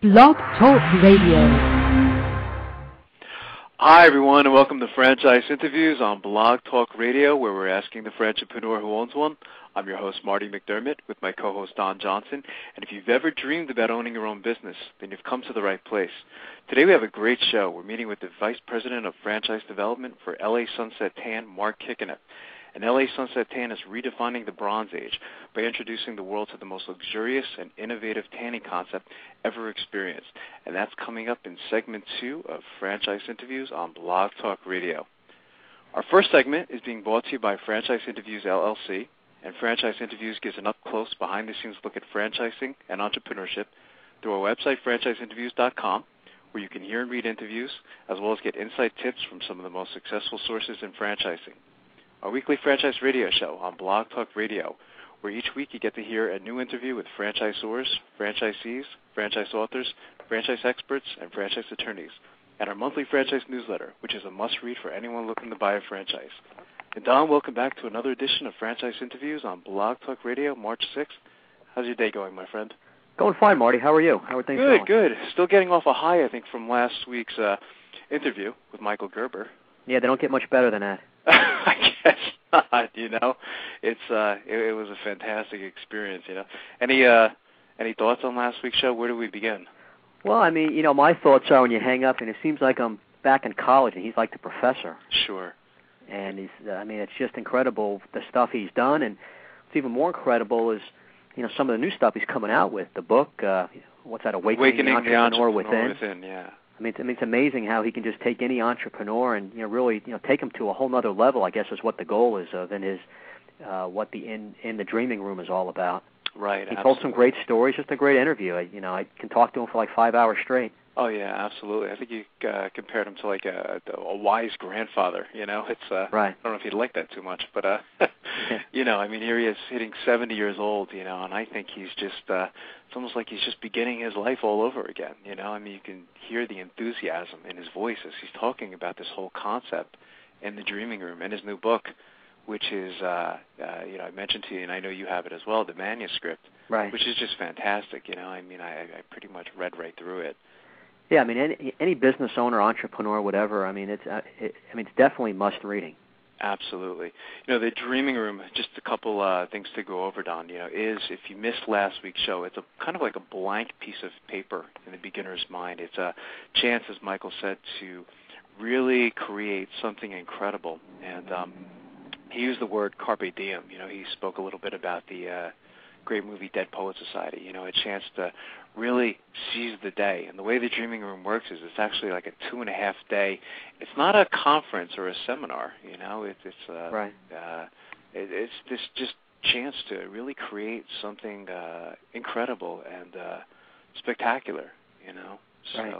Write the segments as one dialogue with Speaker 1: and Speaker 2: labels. Speaker 1: Blog Talk Radio.
Speaker 2: Hi, everyone, and welcome to Franchise Interviews on Blog Talk Radio, where we're asking the entrepreneur who owns one. I'm your host, Marty McDermott, with my co host, Don Johnson. And if you've ever dreamed about owning your own business, then you've come to the right place. Today, we have a great show. We're meeting with the Vice President of Franchise Development for LA Sunset Tan, Mark Kickenip. And LA Sunset Tan is redefining the Bronze Age by introducing the world to the most luxurious and innovative tanning concept ever experienced. And that's coming up in segment two of Franchise Interviews on Blog Talk Radio. Our first segment is being brought to you by Franchise Interviews LLC, and Franchise Interviews gives an up close, behind the scenes look at franchising and entrepreneurship through our website, franchiseinterviews.com, where you can hear and read interviews, as well as get insight tips from some of the most successful sources in franchising. Our weekly franchise radio show on Blog Talk Radio, where each week you get to hear a new interview with franchisors, franchisees, franchise authors, franchise experts, and franchise attorneys, and our monthly franchise newsletter, which is a must read for anyone looking to buy a franchise. And Don, welcome back to another edition of Franchise Interviews on Blog Talk Radio, March 6th. How's your day going, my friend?
Speaker 3: Going fine, Marty. How are you? How are things
Speaker 2: Good,
Speaker 3: going?
Speaker 2: good. Still getting off a high, I think, from last week's uh, interview with Michael Gerber.
Speaker 3: Yeah, they don't get much better than that.
Speaker 2: I guess not. You know, it's uh, it, it was a fantastic experience. You know, any uh, any thoughts on last week's show? Where do we begin?
Speaker 3: Well, I mean, you know, my thoughts are when you hang up, and it seems like I'm back in college, and he's like the professor,
Speaker 2: Sure.
Speaker 3: and he's. uh, I mean, it's just incredible the stuff he's done, and what's even more incredible is, you know, some of the new stuff he's coming out with. The book, uh, what's that, Awakening, the Entrepreneur, Within.
Speaker 2: yeah.
Speaker 3: I mean, it's, I mean, it's amazing how he can just take any entrepreneur and you know really you know take him to a whole nother level. I guess is what the goal is of, and is uh, what the in in the dreaming room is all about.
Speaker 2: Right.
Speaker 3: He told some
Speaker 2: absolutely.
Speaker 3: great stories. Just a great interview. I, you know, I can talk to him for like five hours straight.
Speaker 2: Oh yeah, absolutely. I think you uh, compared him to like a, a wise grandfather. You know, it's uh,
Speaker 3: Right.
Speaker 2: I don't know if he'd like that too much, but uh you know, I mean here he is hitting seventy years old, you know, and I think he's just uh it's almost like he's just beginning his life all over again, you know. I mean you can hear the enthusiasm in his voice as he's talking about this whole concept in the dreaming room and his new book, which is uh, uh you know, I mentioned to you and I know you have it as well, the manuscript,
Speaker 3: Right.
Speaker 2: which is just fantastic, you know. I mean I, I pretty much read right through it.
Speaker 3: Yeah. I mean, any any business owner, entrepreneur, whatever. I mean, it's uh, it, I mean, it's definitely must reading.
Speaker 2: Absolutely. You know, the dreaming room, just a couple uh, things to go over, Don, you know, is if you missed last week's show, it's a kind of like a blank piece of paper in the beginner's mind. It's a chance, as Michael said, to really create something incredible. And um, he used the word carpe diem. You know, he spoke a little bit about the uh, great movie Dead Poet Society, you know, a chance to really seize the day. And the way the dreaming room works is it's actually like a two and a half day it's not a conference or a seminar. You know, it's it's uh,
Speaker 3: Right.
Speaker 2: uh, it, it's this just chance to really create something uh, incredible and uh, spectacular. You know, so
Speaker 3: Right.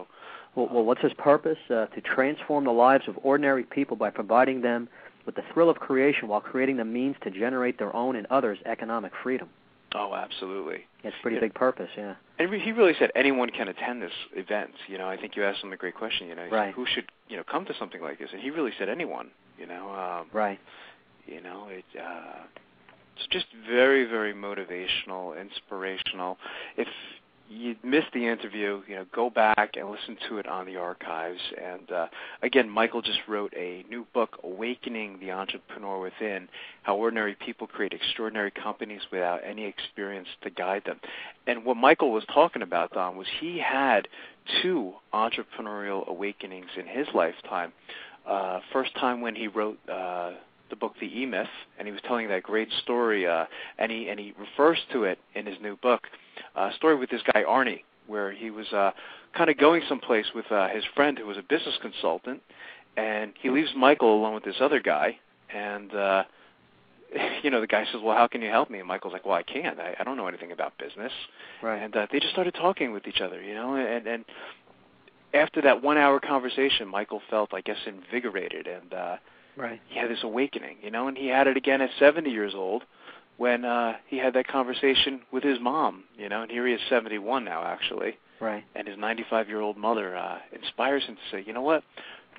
Speaker 3: Well, well what's his purpose? Uh, to transform the lives of ordinary people by providing them with the thrill of creation while creating the means to generate their own and others' economic freedom.
Speaker 2: oh, absolutely.
Speaker 3: It's a pretty
Speaker 2: Yeah.
Speaker 3: big purpose. Yeah.
Speaker 2: And re- he really said anyone can attend this event. You know, I think you asked him a great question. You know, he said,
Speaker 3: Right.
Speaker 2: who should you know come to something like this? And he really said anyone. You know, um,
Speaker 3: Right.
Speaker 2: you know it uh it's just very very motivational inspirational if you missed the interview you know go back and listen to it on the archives and uh again michael just wrote a new book awakening the entrepreneur within how ordinary people create extraordinary companies without any experience to guide them and what michael was talking about don was he had two entrepreneurial awakenings in his lifetime uh first time when he wrote uh the book The E Myth, and he was telling that great story, uh, and he and he refers to it in his new book, uh, a story with this guy Arnie, where he was uh, kind of going someplace with uh, his friend who was a business consultant, and he leaves Michael alone with this other guy, and uh, you know the guy says, "Well, how can you help me?" And Michael's like, "Well, I can't. I, I don't know anything about business."
Speaker 3: Right.
Speaker 2: And uh, they just started talking with each other, you know, and and after that one hour conversation, Michael felt, I guess, invigorated and. uh
Speaker 3: right.
Speaker 2: he had this awakening, you know, and he had it again at 70 years old when uh he had that conversation with his mom, you know, and here he is 71 now actually,
Speaker 3: Right.
Speaker 2: and his 95-year-old mother uh inspires him to say, "You know what?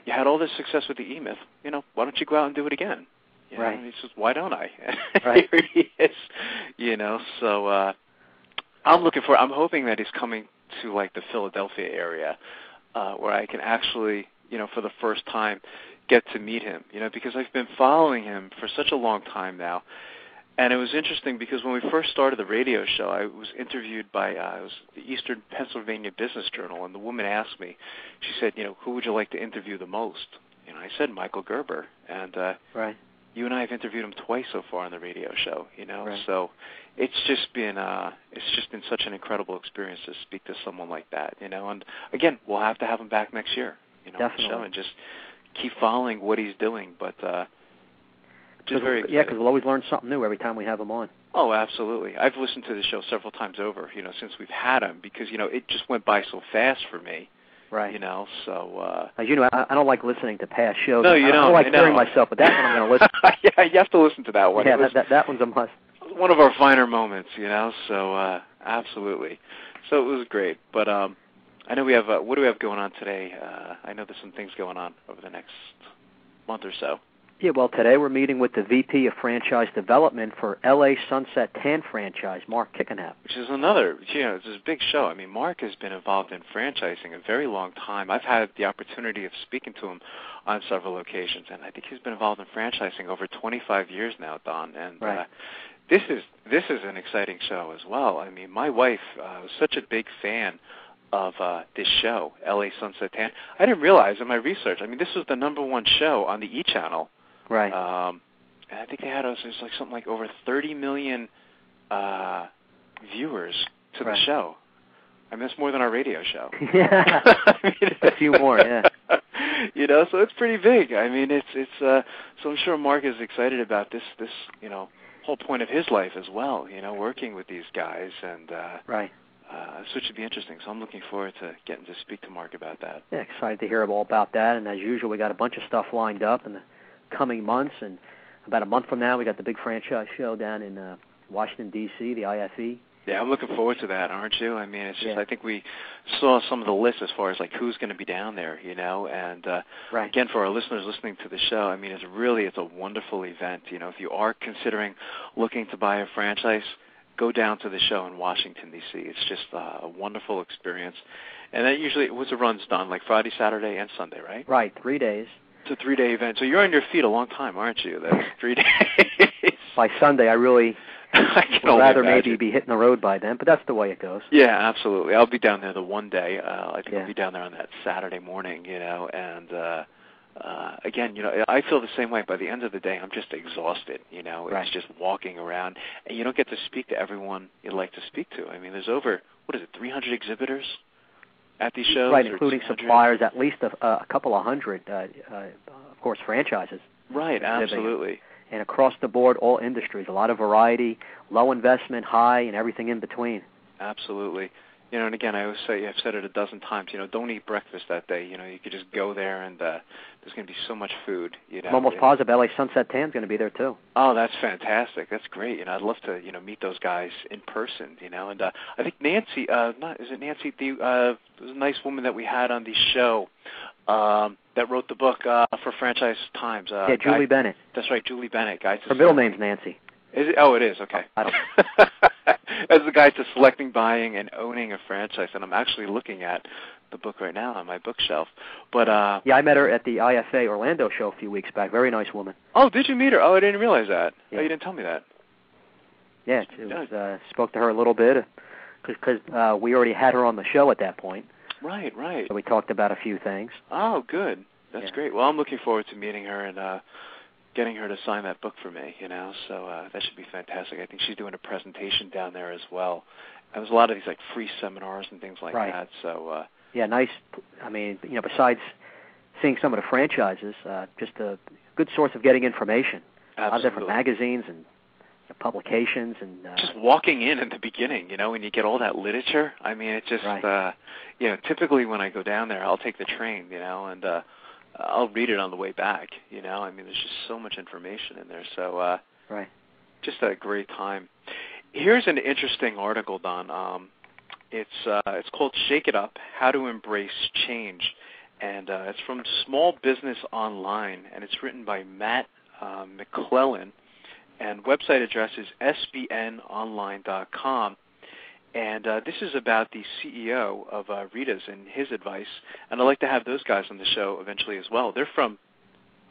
Speaker 2: You had all this success with the E-Myth, you know, why don't you go out and do it again?" You know,
Speaker 3: Right.
Speaker 2: and he says, "Why don't I?"
Speaker 3: Right.
Speaker 2: here he is, you know, so uh I'm looking for I'm hoping that he's coming to like the Philadelphia area, uh, where I can actually, you know, for the first time, get to meet him. You know, because I've been following him for such a long time now. And it was interesting because when we first started the radio show, I was interviewed by uh, it was the Eastern Pennsylvania Business Journal, and the woman asked me, she said, you know, who would you like to interview the most? And I said Michael Gerber, and uh,
Speaker 3: right.
Speaker 2: You and I have interviewed him twice so far on the radio show, you know.
Speaker 3: Right.
Speaker 2: So it's just been uh, it's just been such an incredible experience to speak to someone like that, you know. And again, we'll have to have him back next year, you know, on the
Speaker 3: Definitely.
Speaker 2: show and just keep following what he's doing. But uh, just very
Speaker 3: yeah,
Speaker 2: exciting.
Speaker 3: because we'll always learn something new every time we have him on.
Speaker 2: Oh, absolutely. I've listened to the show several times over, you know, since we've had him because, you know, it just went by so fast for me,
Speaker 3: Right.
Speaker 2: you know, so uh
Speaker 3: As you know, I, I don't like listening to past shows.
Speaker 2: No, you
Speaker 3: I, I
Speaker 2: don't.
Speaker 3: like
Speaker 2: I know.
Speaker 3: hearing myself, but that one I'm going to listen.
Speaker 2: yeah, you have to listen to that one.
Speaker 3: yeah,
Speaker 2: it was
Speaker 3: that, that that one's a must.
Speaker 2: one of our finer moments, you know, so uh absolutely. So it was great. But um I know we have uh, what do we have going on today? Uh I know there's some things going on over the next month or so.
Speaker 3: Yeah, well, today we're meeting with the VP of Franchise Development for LA Sunset Tan franchise, Mark Kickenhap.
Speaker 2: which is another you know it's a big show i mean mark has been involved in franchising a very long time i've had the opportunity of speaking to him on several occasions and i think he's been involved in franchising over 25 years now don and uh,
Speaker 3: Right.
Speaker 2: this is this is an exciting show as well i mean my wife uh, was such a big fan of uh, this show la sunset tan i didn't realize in my research i mean this was the number one show on the e channel
Speaker 3: Right.
Speaker 2: um, and I think they had us it was like something like over 30 million uh, viewers to
Speaker 3: Right.
Speaker 2: the show. I mean, that's more than our radio show.
Speaker 3: yeah.
Speaker 2: I mean,
Speaker 3: A few more, yeah.
Speaker 2: You know, so it's pretty big. I mean, it's it's uh, so I'm sure Mark is excited about this this you know whole point of his life as well. You know, working with these guys and uh,
Speaker 3: Right.
Speaker 2: uh, so it should be interesting. So I'm looking forward to getting to speak to Mark about that.
Speaker 3: Yeah, excited to hear all about that. And as usual, we got a bunch of stuff lined up in the coming months. And about a month from now, we got the big franchise show down in uh, Washington D.C., the E. IFE.
Speaker 2: Yeah, I'm looking forward to that, aren't you? I mean, it's just
Speaker 3: Yeah.
Speaker 2: I think we saw some of the lists as far as like who's going to be down there, you know. And uh,
Speaker 3: Right.
Speaker 2: again, for our listeners listening to the show, I mean, it's really it's a wonderful event. You know, if you are considering looking to buy a franchise, go down to the show in Washington D.C. It's just uh, a wonderful experience. And that usually what's it runs done like Friday, Saturday, and Sunday, right?
Speaker 3: Right. Three days.
Speaker 2: It's a three day event, so you're on your feet a long time, aren't you? That's three days.
Speaker 3: By Sunday, I really
Speaker 2: I can
Speaker 3: would
Speaker 2: only
Speaker 3: rather
Speaker 2: imagine.
Speaker 3: maybe be hitting the road by then, but that's the way it goes.
Speaker 2: Yeah, absolutely. I'll be down there the one day. Uh, I think
Speaker 3: Yeah.
Speaker 2: I'll be down there on that Saturday morning, you know. And uh, uh, again, you know, I feel the same way. By the end of the day, I'm just exhausted. You know,
Speaker 3: Right.
Speaker 2: it's just walking around, and you don't get to speak to everyone you'd like to speak to. I mean, there's over what is it, 300 exhibitors at these shows,
Speaker 3: right,
Speaker 2: or
Speaker 3: including
Speaker 2: 200?
Speaker 3: suppliers, at least a, a couple of hundred, uh, uh, of course, franchises.
Speaker 2: Right,
Speaker 3: exhibiting.
Speaker 2: absolutely.
Speaker 3: And across the board, all industries, a lot of variety, low investment, high, and everything in between.
Speaker 2: Absolutely. You know, and again, I always say I've said it a dozen times. You know, don't eat breakfast that day. You know, you could just go there, and uh, there's going to be so much food. You know,
Speaker 3: I'm almost
Speaker 2: It-
Speaker 3: positive LA Sunset Tan's going to be there too.
Speaker 2: Oh, that's fantastic. That's great. You know, I'd love to, you know, meet those guys in person, you know. And uh I think Nancy uh not is it Nancy the uh there's a nice woman that we had on the show um that wrote the book uh for Franchise Times. Uh
Speaker 3: yeah, Julie
Speaker 2: Guide-
Speaker 3: Bennett.
Speaker 2: That's right, Julie Bennett, guys.
Speaker 3: Her middle name's Nancy.
Speaker 2: Is it? Oh, it is. Okay.
Speaker 3: I don't-
Speaker 2: As the guide to selecting, buying, and owning a franchise, and I'm actually looking at the book right now on my bookshelf. But uh
Speaker 3: Yeah, I met her at the IFA Orlando show a few weeks back. Very nice woman.
Speaker 2: oh, did you meet her? Oh, I didn't realize that.
Speaker 3: Yeah.
Speaker 2: Oh, you didn't tell me that.
Speaker 3: Yeah, it it was, uh, spoke to her a little bit because uh, we already had her on the show at that point,
Speaker 2: Right, right.
Speaker 3: so we talked about a few things.
Speaker 2: Oh, good. That's
Speaker 3: Yeah.
Speaker 2: great. Well, I'm looking forward to meeting her and uh getting her to sign that book for me, you know. So uh that should be fantastic. I think she's doing a presentation down there as well. And there's a lot of these like free seminars and things like
Speaker 3: Right.
Speaker 2: that. So uh
Speaker 3: Yeah, nice. I mean, you know, besides seeing some of the franchises, uh, just a good source of getting information. A lot of
Speaker 2: absolutely.
Speaker 3: different magazines and publications and uh,
Speaker 2: just walking in at the beginning, you know, when you get all that literature. I mean, it just,
Speaker 3: Right.
Speaker 2: uh, you know, typically when I go down there, I'll take the train, you know, and uh, I'll read it on the way back. You know, I mean, there's just so much information in there. So, uh,
Speaker 3: Right.
Speaker 2: just a great time. Here's an interesting article, Don. Um, it's uh, it's called "Shake It Up: How to Embrace Change," and uh, it's from Small Business Online, and it's written by Matt uh, McClellan, and website address is sbnonline.com. And uh, this is about the CEO of uh, Rita's and his advice. And I'd like to have those guys on the show eventually as well. They're from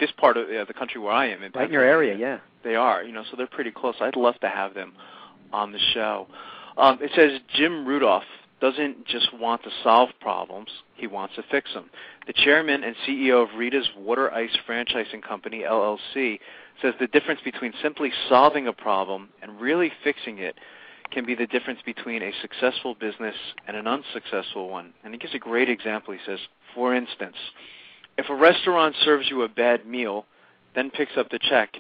Speaker 2: this part of uh, the country where I am. In
Speaker 3: right in your area, yeah.
Speaker 2: They are, you know, so they're pretty close. I'd love to have them on the show. Um, it says Jim Rudolph doesn't just want to solve problems, he wants to fix them. The chairman and CEO of Rita's Water Ice Franchising Company, LLC, says the difference between simply solving a problem and really fixing it can be the difference between a successful business and an unsuccessful one. And he gives a great example. He says, for instance, if a restaurant serves you a bad meal, then picks up the check,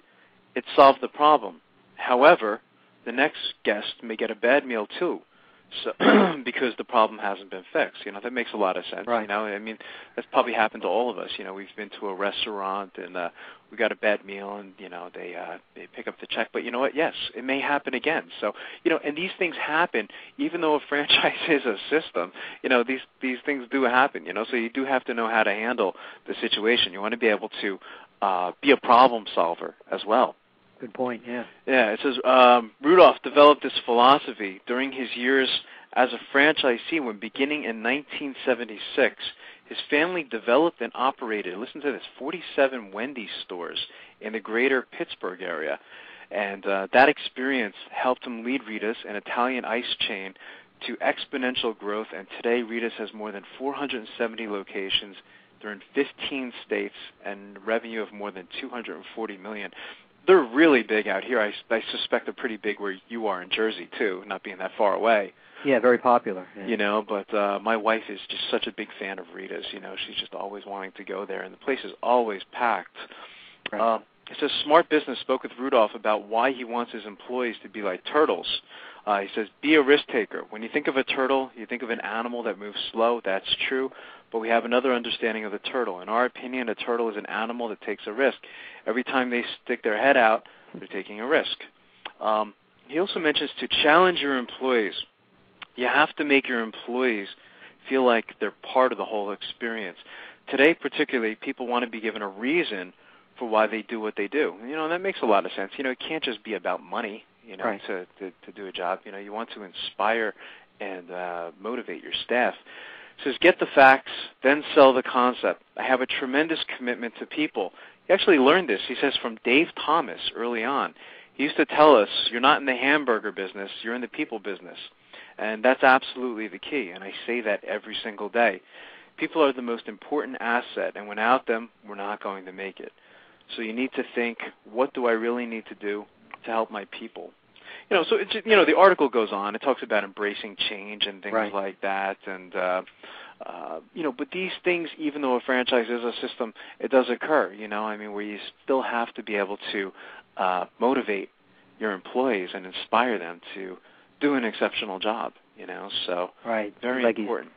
Speaker 2: it solved the problem. However, the next guest may get a bad meal too. So, because the problem hasn't been fixed, you know that makes a lot of sense.
Speaker 3: Right.
Speaker 2: You know, I mean, that's probably happened to all of us. You know, we've been to a restaurant and uh, we got a bad meal, and you know they uh, they pick up the check. But you know what? Yes, it may happen again. So you know, and these things happen, even though a franchise is a system. You know, these these things do happen. You know, so you do have to know how to handle the situation. You want to be able to uh, be a problem solver as well.
Speaker 3: Good point. Yeah.
Speaker 2: Yeah. It says um, Rudolph developed this philosophy during his years as a franchisee. When beginning in 1976, his family developed and operated. Listen to this: 47 Wendy's stores in the greater Pittsburgh area, and uh, that experience helped him lead Rita's, an Italian ice chain, to exponential growth. And today, Rita's has more than 470 locations. They're in 15 states and revenue of more than 240 million they're really big out here. I, I suspect they're pretty big where you are in Jersey too, not being that far away.
Speaker 3: Yeah, very popular. Yeah.
Speaker 2: You know, but uh my wife is just such a big fan of Rita's. You know, she's just always wanting to go there, and the place is always packed. Right. Uh, it says Smart Business spoke with Rudolph about why he wants his employees to be like turtles. Uh, he says, be a risk taker. When you think of a turtle, you think of an animal that moves slow. That's true. But we have another understanding of the turtle. In our opinion, a turtle is an animal that takes a risk. Every time they stick their head out, they're taking a risk. Um, he also mentions to challenge your employees. You have to make your employees feel like they're part of the whole experience. Today, particularly, people want to be given a reason for why they do what they do. You know, and that makes a lot of sense. You know, it can't just be about money you know
Speaker 3: right.
Speaker 2: to, to to do a job you know you want to inspire and uh motivate your staff it says get the facts then sell the concept i have a tremendous commitment to people he actually learned this he says from dave thomas early on he used to tell us you're not in the hamburger business you're in the people business and that's absolutely the key and i say that every single day people are the most important asset and without them we're not going to make it so you need to think what do i really need to do to help my people. You know, so it's you know the article goes on. It talks about embracing change and things
Speaker 3: right.
Speaker 2: like that, and uh, uh, you know, but these things, even though a franchise is a system, it does occur. You know, I mean, where you still have to be able to uh, motivate your employees and inspire them to do an exceptional job. You know, so
Speaker 3: right,
Speaker 2: very
Speaker 3: like
Speaker 2: important.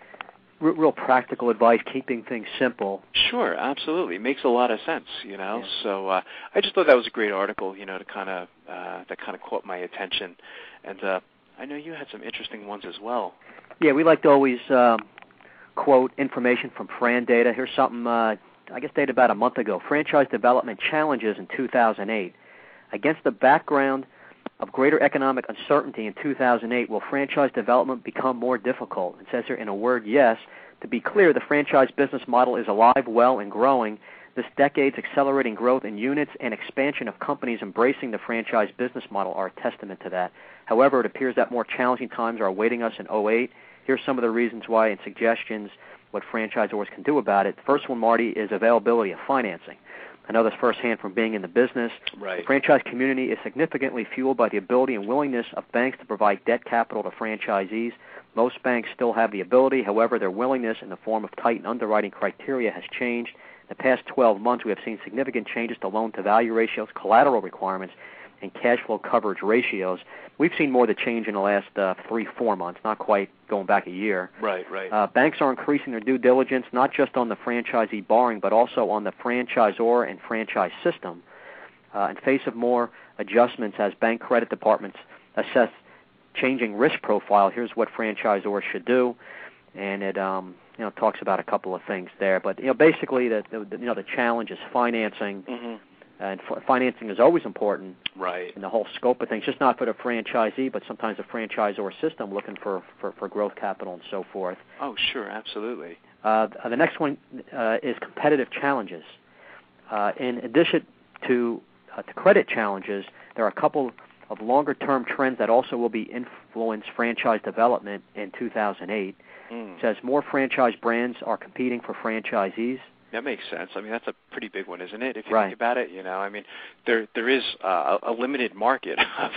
Speaker 3: Real, real practical advice, keeping things simple.
Speaker 2: Sure, absolutely, it makes a lot of sense. You know, yeah. so uh, I just thought that was a great article. You know, to kind of uh, that kind of caught my attention, and uh, I know you had some interesting ones as well.
Speaker 3: Yeah, we like to always um, quote information from Fran Data. Here's something uh, I guess dated about a month ago: franchise development challenges in 2008. Against the background of greater economic uncertainty in 2008, will franchise development become more difficult? It says here, in a word, yes. To be clear, the franchise business model is alive, well, and growing. This decade's accelerating growth in units and expansion of companies embracing the franchise business model are a testament to that. However, it appears that more challenging times are awaiting us in 08. Here's some of the reasons why and suggestions what franchisors can do about it. First one, Marty, is availability of financing. I know this firsthand from being in the business.
Speaker 2: Right.
Speaker 3: The franchise community is significantly fueled by the ability and willingness of banks to provide debt capital to franchisees. Most banks still have the ability, however, their willingness in the form of tightened underwriting criteria has changed. In the past 12 months, we have seen significant changes to loan to value ratios, collateral requirements, and cash flow coverage ratios. We've seen more of the change in the last uh, three, four months, not quite going back a year.
Speaker 2: Right, right.
Speaker 3: Uh, banks are increasing their due diligence not just on the franchisee borrowing, but also on the franchisor and franchise system. Uh, in face of more adjustments as bank credit departments assess changing risk profile, here's what franchisors should do. And it um, you know talks about a couple of things there, but you know basically the, the you know the challenge is financing.
Speaker 2: Mm-hmm
Speaker 3: and f- financing is always important
Speaker 2: Right.
Speaker 3: in the whole scope of things, just not for the franchisee, but sometimes the franchisor system looking for, for, for growth capital and so forth.
Speaker 2: Oh, sure, absolutely.
Speaker 3: Uh, the next one uh, is competitive challenges. Uh, in addition to, uh, to credit challenges, there are a couple of longer term trends that also will be influence franchise development in 2008.
Speaker 2: Mm.
Speaker 3: It says more franchise brands are competing for franchisees.
Speaker 2: That makes sense. I mean, that's a pretty big one, isn't it? If you
Speaker 3: Right.
Speaker 2: think about it, you know, I mean, there there is uh, a a limited market of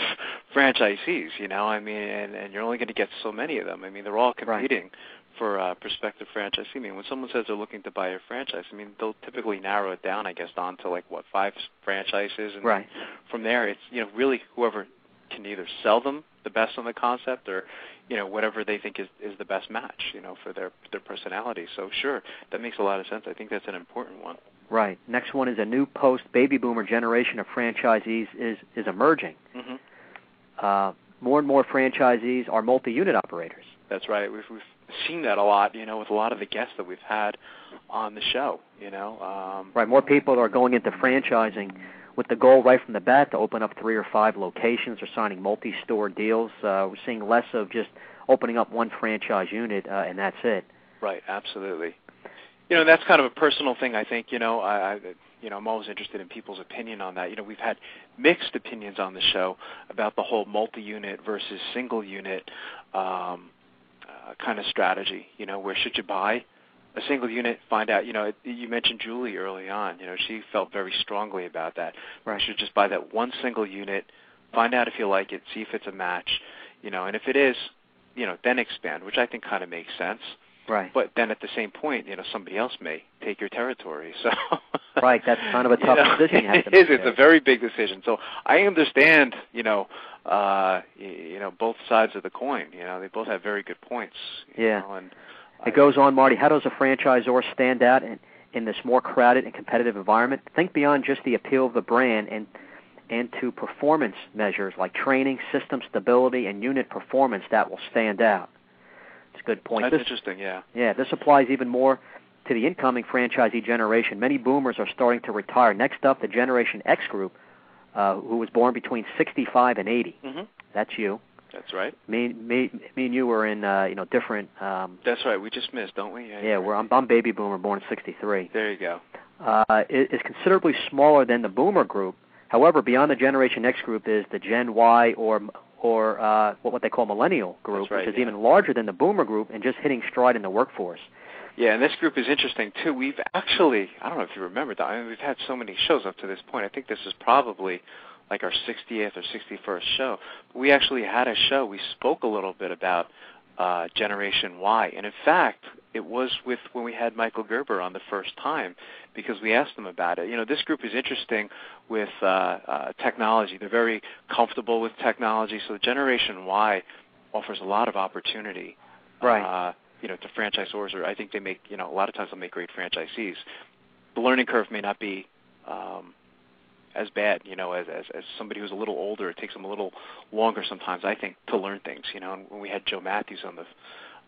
Speaker 2: franchisees. You know, I mean, and, and you're only going to get so many of them. I mean, they're all competing for uh, prospective franchisee. I mean, when someone says they're looking to buy a franchise, I mean, they'll typically narrow it down, I guess, down to like what five franchises, and
Speaker 3: Right.
Speaker 2: from there, it's you know really whoever can either sell them the best on the concept or you know whatever they think is is the best match you know for their their personality so sure that makes a lot of sense i think that's an important one
Speaker 3: Right. Next one is a new post baby boomer generation of franchisees is, is emerging.
Speaker 2: hmm
Speaker 3: Uh, more and more franchisees are multi unit operators.
Speaker 2: that's right we've we've seen that a lot you know with a lot of the guests that we've had on the show you know um
Speaker 3: Right. More people are going into franchising with the goal right from the bat to open up three or five locations or signing multi store deals. Uh, we're seeing less of just opening up one franchise unit uh, and that's it.
Speaker 2: Right, absolutely. You know, that's kind of a personal thing. I think you know, I, I you know, I'm always interested in people's opinion on that. You know, we've had mixed opinions on the show about the whole multi-unit versus single-unit um, uh, kind of strategy. You know, where should you buy a single unit? Find out. You know, you mentioned Julie early on. You know, she felt very strongly about that.
Speaker 3: Right.
Speaker 2: You should just buy that one single unit. Find out if you like it. See if it's a match. You know, and if it is, you know, then expand, which I think kind of makes sense
Speaker 3: Right.
Speaker 2: but then at the same point, you know, somebody else may take your territory. So
Speaker 3: Right, that's kind of a
Speaker 2: you
Speaker 3: tough
Speaker 2: know,
Speaker 3: decision you have to
Speaker 2: it is.
Speaker 3: make
Speaker 2: It's
Speaker 3: there.
Speaker 2: a very big decision. So I understand, you know, uh, y- you know, both sides of the coin. You know, they both have very good points. you
Speaker 3: Yeah.
Speaker 2: know, and I-
Speaker 3: It goes on, Marty. How does a franchisor stand out in, in this more crowded and competitive environment? Think beyond just the appeal of the brand and and to performance measures like training, system stability, and unit performance that will stand out. It's a good point.
Speaker 2: That's
Speaker 3: This,
Speaker 2: interesting. Yeah.
Speaker 3: yeah, this applies even more to the incoming franchisee generation. Many boomers are starting to retire. Next up, the Generation X group, uh, who was born between 65 and 80.
Speaker 2: hmm
Speaker 3: That's you.
Speaker 2: That's right.
Speaker 3: Me, me, me, and you were in uh, you know different. Um,
Speaker 2: That's right. We just missed, don't we?
Speaker 3: yeah, we're, I'm, I'm baby boomer, born in '63.
Speaker 2: There you go.
Speaker 3: Uh, i- is considerably smaller than the boomer group. However, beyond the Generation X group is the Gen Y or or uh, what what they call millennial group,
Speaker 2: That's right,
Speaker 3: which is
Speaker 2: yeah.
Speaker 3: even larger than the boomer group and just hitting stride in the workforce.
Speaker 2: Yeah, and this group is interesting too. We've actually, I don't know if you remember that. I mean, we've had so many shows up to this point. I think this is probably like our 60th or 61st show. We actually had a show. We spoke a little bit about uh, Generation Y, and in fact, it was with when we had Michael Gerber on the first time because we asked them about it. You know, this group is interesting with uh, uh, technology. They're very comfortable with technology, so Generation Y offers a lot of opportunity
Speaker 3: Right.
Speaker 2: uh, you know, to franchisors, or I think they make, you know, a lot of times they'll make great franchisees. The learning curve may not be um, as bad, you know, as, as as somebody who's a little older. It takes them a little longer sometimes, I think, to learn things. You know, and when we had Joe Matthews on the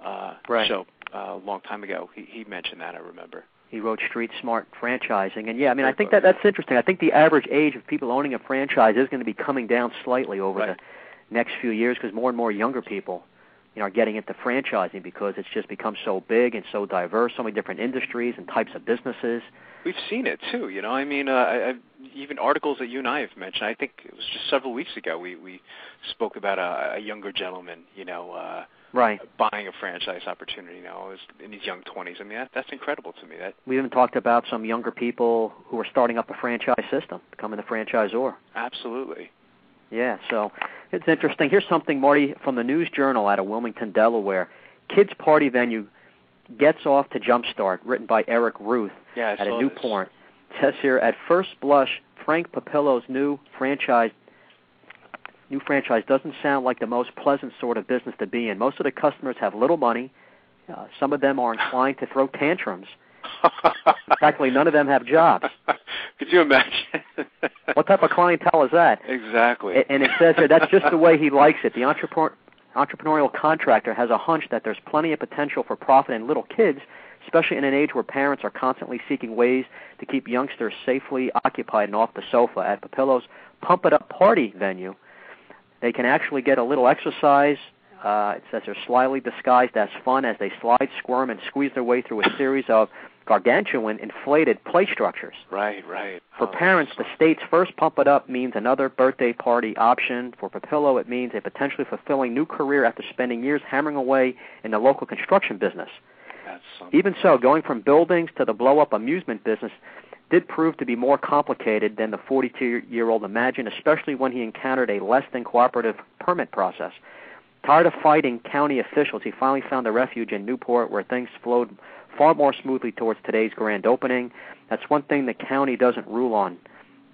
Speaker 2: uh,
Speaker 3: Right.
Speaker 2: show uh, a long time ago, he, he mentioned that. I remember.
Speaker 3: He wrote Street Smart Franchising, and yeah, I mean, I
Speaker 2: Very
Speaker 3: think
Speaker 2: close.
Speaker 3: that that's interesting. I think the average age of people owning a franchise is going to be coming down slightly over
Speaker 2: Right.
Speaker 3: the next few years because more and more younger people, you know, are getting into franchising because it's just become so big and so diverse, so many different industries and types of businesses.
Speaker 2: We've seen it too, you know. I mean, uh, I, I, even articles that you and I have mentioned. I think it was just several weeks ago we we spoke about a, a younger gentleman, you know, uh,
Speaker 3: Right.
Speaker 2: buying a franchise opportunity now is in his young 20s. I mean, that, that's incredible to me. That
Speaker 3: We even talked about some younger people who are starting up a franchise system, becoming the franchisor.
Speaker 2: absolutely.
Speaker 3: Yeah, so it's interesting. Here's something, Marty, from the News Journal out of Wilmington, Delaware. Kids Party Venue Gets Off to Jumpstart, written by Eric Ruth
Speaker 2: Yeah, I
Speaker 3: at a
Speaker 2: saw
Speaker 3: new
Speaker 2: this.
Speaker 3: point. Says here, at first blush, Frank Papillo's new franchise new franchise doesn't sound like the most pleasant sort of business to be in. Most of the customers have little money. Uh, some of them are inclined to throw tantrums. Practically none of them have jobs.
Speaker 2: Could you imagine?
Speaker 3: What type of clientele is that?
Speaker 2: Exactly.
Speaker 3: A- And it says here that's just the way he likes it. The entrepreneur, entrepreneurial contractor has a hunch that there's plenty of potential for profit in little kids especially in an age where parents are constantly seeking ways to keep youngsters safely occupied and off the sofa at Papillo's Pump It Up Party venue. They can actually get a little exercise. Uh, it says they're slyly disguised as fun as they slide, squirm, and squeeze their way through a series of gargantuan inflated play structures.
Speaker 2: Right, right. Oh,
Speaker 3: For parents, the state's first Pump It Up means another birthday party option. For Papillo, it means a potentially fulfilling new career after spending years hammering away in the local construction business.
Speaker 2: That's something.
Speaker 3: Even so, going from buildings to the blow up amusement business did prove to be more complicated than the 42 year old imagined, especially when he encountered a less than cooperative permit process. Tired of fighting county officials, he finally found a refuge in Newport where things flowed far more smoothly towards today's grand opening. That's one thing the county doesn't rule on.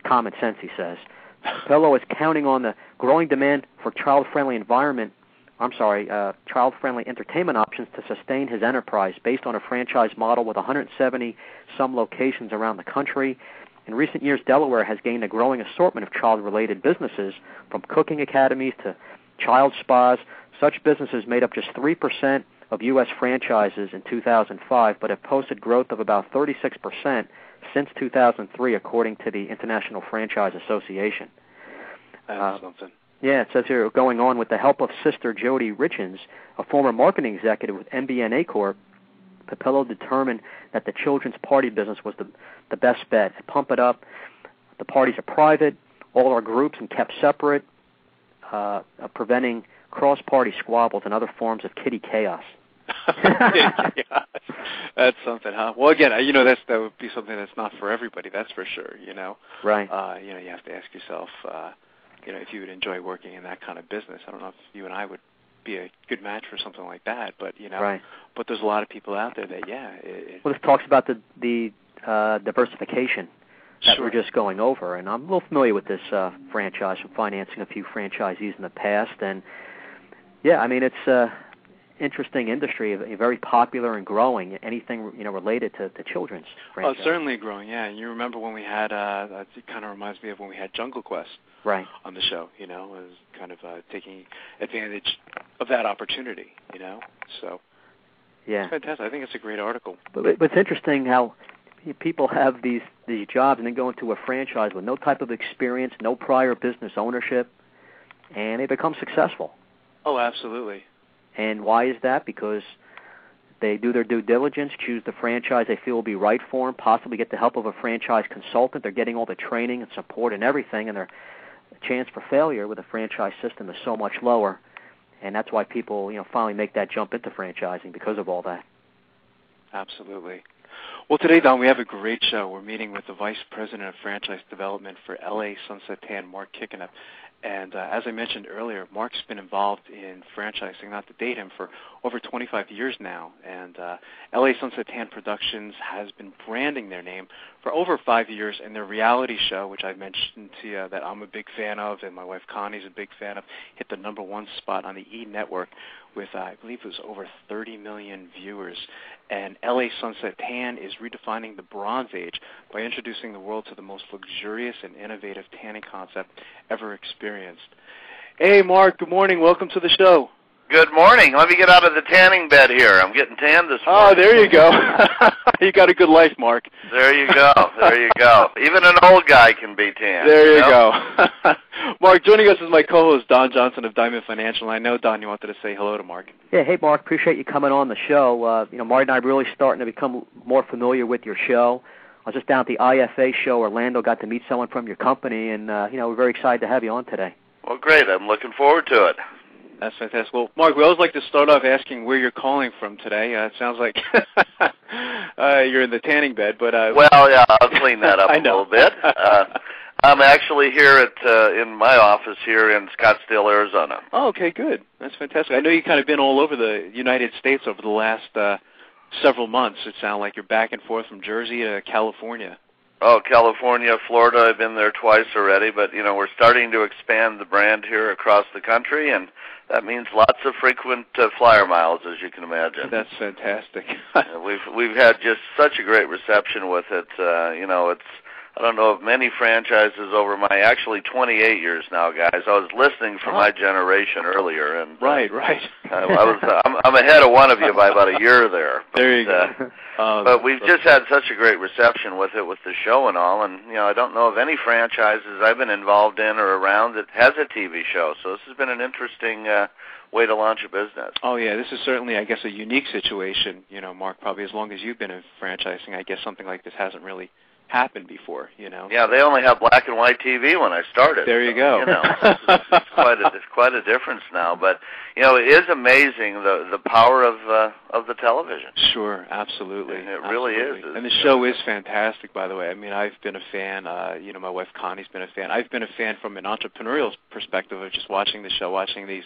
Speaker 3: Common sense, he says. Pillow is counting on the growing demand for child-friendly environment. I'm sorry, uh, child-friendly entertainment options to sustain his enterprise, based on a franchise model with 170 some locations around the country. In recent years, Delaware has gained a growing assortment of child-related businesses, from cooking academies to child spas. Such businesses made up just three percent of U.S. franchises in 2005, but have posted growth of about 36% since 2003, according to the International Franchise Association.
Speaker 2: That's
Speaker 3: uh,
Speaker 2: something.
Speaker 3: Yeah, it says here going on with the help of sister Jody Richens, a former marketing executive with MBNA Corp. Papillo determined that the children's party business was the the best bet. Pump it up. The parties are private. All are groups and kept separate, uh, uh, preventing cross-party squabbles and other forms of kitty chaos.
Speaker 2: Yeah, that's something, huh? Well, again, I- you know, that's that would be something that's not for everybody. That's for sure. You know,
Speaker 3: Right.
Speaker 2: uh, you know, you have to ask yourself, uh, you know, if you would enjoy working in that kind of business. I don't know if you and I would be a good match for something like that, but you know,
Speaker 3: Right.
Speaker 2: but there's a lot of people out there that, yeah, it, it,
Speaker 3: Well, this talks about the the uh, diversification that
Speaker 2: sure.
Speaker 3: we're just going over, and I'm a little familiar with this uh, franchise from financing a few franchisees in the past, and yeah, I mean it's uh, interesting industry, a very popular and growing. Anything you know related to the children's
Speaker 2: Oh,
Speaker 3: franchise,
Speaker 2: it's certainly growing, yeah. And you remember when we had, uh, that- it kind of reminds me of when we had Jungle Quest
Speaker 3: right?
Speaker 2: on the show, you know, as kind of uh, taking advantage of that opportunity, you know. So
Speaker 3: Yeah,
Speaker 2: it's fantastic. I think it's a great article.
Speaker 3: but, but it's interesting how people have these these jobs and then go into a franchise with no type of experience, no prior business ownership, and they become successful.
Speaker 2: Oh, absolutely.
Speaker 3: And why is that? Because they do their due diligence, choose the franchise they feel will be right for them, possibly get the help of a franchise consultant. They're getting all the training and support and everything, and their chance for failure with a franchise system is so much lower. And that's why people, you know, finally make that jump into franchising because of all that.
Speaker 2: Absolutely. Well, today, Don, we have a great show. We're meeting with the Vice President of Franchise Development for LA Sunset Tan, Mark Kickenup. And uh, as I mentioned earlier, Mark's been involved in franchising, not to date him, for over 25 years now. And uh, LA Sunset Tan Productions has been branding their name for over five years. And their reality show, which I mentioned to you that I'm a big fan of and my wife Connie's a big fan of, hit the number one spot on the E! Network with, uh, I believe it was over 30 million viewers and LA Sunset Tan is redefining the Bronze Age by introducing the world to the most luxurious and innovative tanning concept ever experienced. Hey, Mark, good morning. Welcome to the show.
Speaker 4: Good morning. Let me get out of the tanning bed here. I'm getting tanned this
Speaker 2: Oh,
Speaker 4: morning.
Speaker 2: there you go. you got a good life, Mark.
Speaker 4: There you go. There you go. Even an old guy can be tanned.
Speaker 2: There you
Speaker 4: know?
Speaker 2: go. Mark, joining us is my co host, Don Johnson of Diamond Financial. I know, Don, you wanted to say hello to Mark.
Speaker 3: Yeah, hey Mark, appreciate you coming on the show. Uh, you know, Marty and I are really starting to become more familiar with your show. I was just down at the IFA show, Orlando, got to meet someone from your company, and uh, you know, we're very excited to have you on today.
Speaker 4: Well, great. I'm looking forward to it.
Speaker 2: That's fantastic. Well, Mark, we always like to start off asking where you're calling from today. Uh, it sounds like uh, you're in the tanning bed, but uh,
Speaker 4: Well, yeah, I'll clean that up
Speaker 2: I
Speaker 4: a
Speaker 2: know.
Speaker 4: little bit. Uh, I'm actually here at uh, in my office here in Scottsdale, Arizona.
Speaker 2: Oh, okay, good. That's fantastic. I know you've kind of been all over the United States over the last uh, several months. It sounds like you're back and forth from Jersey to California.
Speaker 4: Oh, California, Florida. I've been there twice already, but you know we're starting to expand the brand here across the country, and that means lots of frequent uh, flyer miles, as you can imagine.
Speaker 2: That's fantastic.
Speaker 4: Uh, we've we've had just such a great reception with it. Uh, you know, it's I don't know of many franchises over my actually 28 years now, guys. I was listening for
Speaker 3: Oh.
Speaker 4: my generation earlier, and uh,
Speaker 2: Right, right.
Speaker 4: I, I was I'm, I'm ahead of one of you by about a year there. But,
Speaker 2: There you go.
Speaker 4: Uh,
Speaker 2: Uh,
Speaker 4: but we've
Speaker 2: so-
Speaker 4: just had such a great reception with it with the show and all and you know i don't know of any franchises i've been involved in or around that has a tv show so this has been an interesting uh, way to launch a business
Speaker 2: Oh yeah, this is certainly, I guess, a unique situation. You know, Mark, probably as long as you've been in franchising, I guess something like this hasn't really happened before. You know.
Speaker 4: yeah they only have black and white tv when i started
Speaker 2: There you
Speaker 4: so,
Speaker 2: go.
Speaker 4: you know it's, it's quite a it's quite a difference now but you know it is amazing the the power of uh, of the television
Speaker 2: Sure, absolutely.
Speaker 4: And it really is.
Speaker 2: absolutely.
Speaker 4: It's-
Speaker 2: And the show is fantastic, by the way. I mean, I've been a fan. Uh, you know, my wife Connie's been a fan. I've been a fan from an entrepreneurial perspective of just watching the show, watching these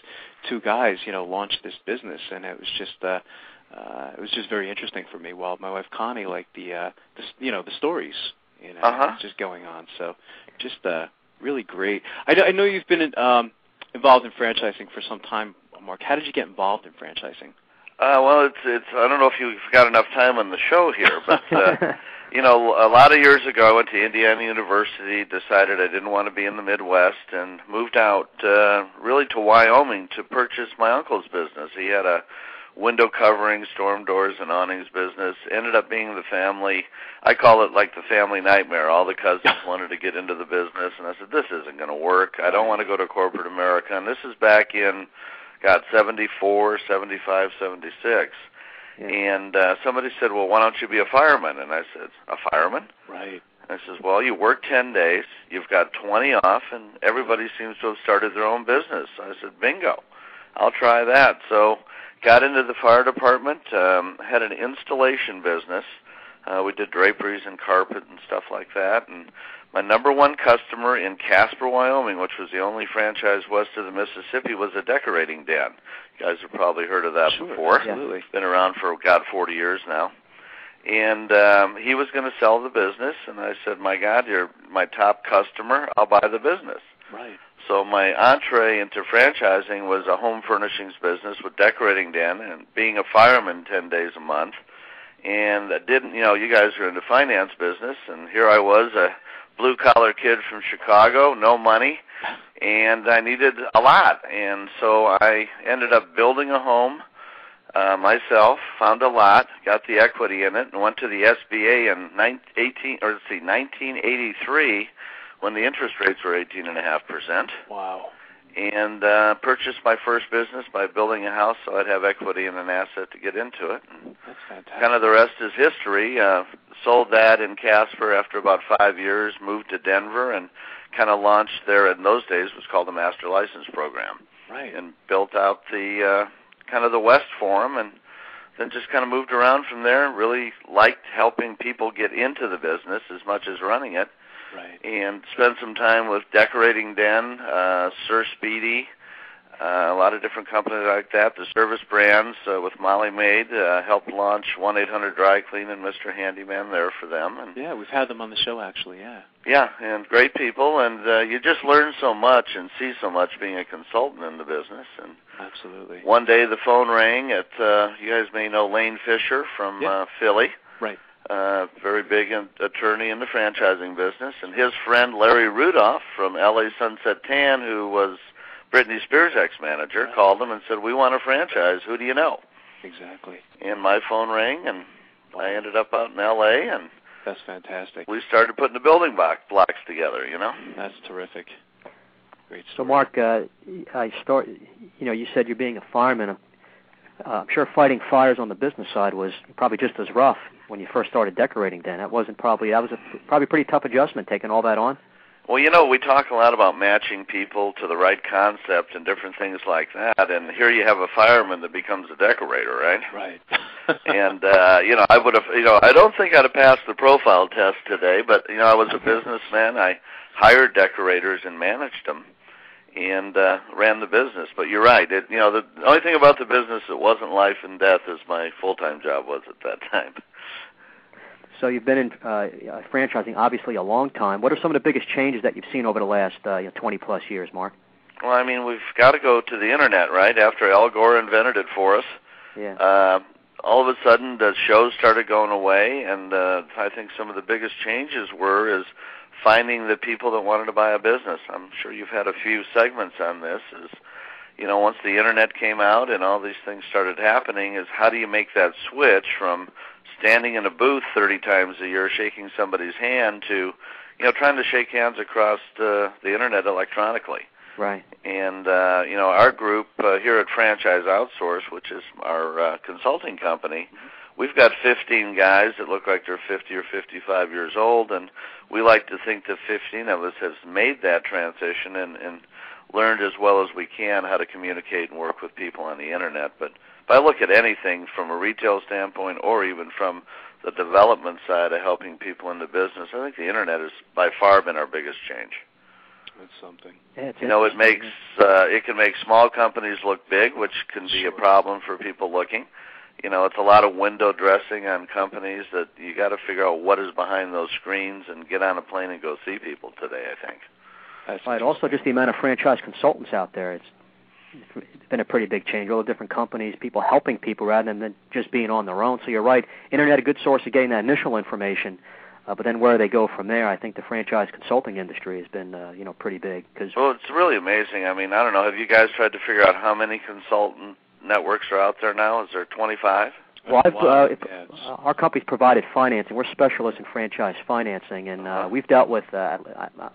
Speaker 2: two guys, you know, launch this business, and it was just. Uh, uh, it was just very interesting for me. While my wife Connie liked the, uh, the s- you know, the stories, you know,
Speaker 4: Uh-huh.
Speaker 2: that's just going on. So, just uh, really great. I know, I know you've been in, um, involved in franchising for some time, Mark. How did you get involved in franchising?
Speaker 4: Uh, well, it's it's. I don't know if you've got enough time on the show here, but uh, you know, a lot of years ago, I went to Indiana University. Decided I didn't want to be in the Midwest, and moved out uh, really to Wyoming to purchase my uncle's business. He had a window covering, storm doors, and awnings business. Ended up being the family. I call it like the family nightmare. All the cousins wanted to get into the business, and I said, "This isn't going to work. I don't want to go to corporate America." And this is back in got 74, 75, 76.
Speaker 3: Yeah.
Speaker 4: And uh, somebody said, Well, why don't you be a fireman? And I said, A fireman?
Speaker 2: Right.
Speaker 4: And I says, Well, you work 10 days, you've got 20 off, and everybody seems to have started their own business. I said, Bingo, I'll try that. So got into the fire department, um, had an installation business. Uh, we did draperies and carpet and stuff like that. And my number one customer in Casper, Wyoming, which was the only franchise west of the Mississippi, was a decorating den. You guys have probably heard of that
Speaker 2: sure,
Speaker 4: before
Speaker 2: Absolutely.
Speaker 4: been around for God 40 years now. And um, he was going to sell the business, and I said, "My God, you're my top customer. I'll buy the business."
Speaker 2: Right.
Speaker 4: So my entree into franchising was a home furnishings business with decorating den and being a fireman 10 days a month. And I didn't, you know, you guys are in the finance business, and here I was, a blue collar kid from Chicago, no money, and I needed a lot. And so I ended up building a home uh, myself, found a lot, got the equity in it, and went to the SBA in 19, 18, or let's see, 1983 when the interest rates were 18.5%,
Speaker 2: Wow.
Speaker 4: and uh, purchased my first business by building a house so I'd have equity and an asset to get into it. And
Speaker 2: That's fantastic.
Speaker 4: kind of the rest is history. Uh, sold that in Casper after about five years, moved to Denver, and kind of launched there. In those days, it was called the Master License Program
Speaker 2: right.
Speaker 4: and built out the uh, kind of the West Forum, and then just kind of moved around from there. and Really liked helping people get into the business as much as running it,
Speaker 2: right.
Speaker 4: and spent some time with decorating Den, uh, Sir Speedy. Uh, a lot of different companies like that. The service brands uh, with Molly Maid uh, helped launch 1-800 Dry Clean and Mr. Handyman there for them. And
Speaker 2: Yeah, we've had them on the show actually. Yeah.
Speaker 4: yeah, and great people. And uh, you just learn so much and see so much being a consultant in the business. And
Speaker 2: Absolutely.
Speaker 4: one day the phone rang at uh you guys may know Lane Fisher from
Speaker 2: Yeah.
Speaker 4: uh Philly.
Speaker 2: Right.
Speaker 4: Uh very big in, attorney in the franchising business and his friend Larry Rudolph from LA Sunset Tan who was Britney Spears ex-manager
Speaker 2: Right.
Speaker 4: called him and said we want a franchise, who do you know?
Speaker 2: Exactly.
Speaker 4: And my phone rang and I ended up out in LA and
Speaker 2: That's fantastic.
Speaker 4: we started putting the building block, blocks together, you know.
Speaker 2: That's terrific. Great
Speaker 3: So,
Speaker 2: story.
Speaker 3: Mark, uh, I start. You know, you said you're being a fireman. Uh, I'm sure fighting fires on the business side was probably just as rough when you first started decorating. Then that wasn't probably that was a probably pretty tough adjustment taking all that on.
Speaker 4: Well, you know, we talk a lot about matching people to the right concept and different things like that. And here you have a fireman that becomes a decorator, right?
Speaker 2: Right.
Speaker 4: And uh, you know, I would have, you know, I don't think I'd have passed the profile test today. But you know, I was a businessman. I hired decorators and managed them, and uh, ran the business. But you're right. It, you know, the only thing about the business that wasn't life and death is my full-time job was at that time.
Speaker 3: So you've been in uh, uh, franchising obviously a long time. What are some of the biggest changes that you've seen over the last uh, you know, 20 plus years, Mark?
Speaker 4: Well, I mean, we've got to go to the internet, right? After Al Gore invented it for us.
Speaker 3: Yeah.
Speaker 4: uh, all of a sudden the shows started going away and uh, I think some of the biggest changes were is finding the people that wanted to buy a business. I'm sure you've had a few segments on this. Is you know, once the internet came out and all these things started happening, is how do you make that switch from standing in a booth 30 times a year shaking somebody's hand to, you know, trying to shake hands across the, the internet electronically.
Speaker 3: Right.
Speaker 4: And uh, you know, our group uh, here at Franchise Outsource, which is our uh, consulting company, we've got 15 guys that look like they're 50 or 55 years old, and we like to think that 15 of us has made that transition and, and learned as well as we can how to communicate and work with people on the internet. But if I look at anything from a retail standpoint, or even from the development side of helping people in the business, I think the internet has by far been our biggest change.
Speaker 2: That's something.
Speaker 3: Yeah, it's
Speaker 4: You know, it
Speaker 3: interesting.
Speaker 4: makes uh, it can make small companies look big, which can be a
Speaker 2: Sure.
Speaker 4: problem for people looking. You know, it's a lot of window dressing on companies that you got to figure out what is behind those screens and get on a plane and go see people today. I think.
Speaker 2: That's
Speaker 3: Right. Also, just the amount of franchise consultants out there. It's it's been a pretty big change. All the different companies, people helping people rather than just being on their own. So you're right. Internet a good source of getting that initial information, uh, but then where they go from there, I think the franchise consulting industry has been uh, you know pretty big because
Speaker 4: Well, it's really amazing. I mean, I don't know. Have you guys tried to figure out how many consultant networks are out there now? Is there 25?
Speaker 3: well, I've,
Speaker 2: Wow,
Speaker 3: uh, if,
Speaker 2: yeah, it's-
Speaker 3: uh, our company's provided financing. We're specialists in franchise financing, and uh,
Speaker 4: Uh-huh.
Speaker 3: we've dealt with uh, I, I-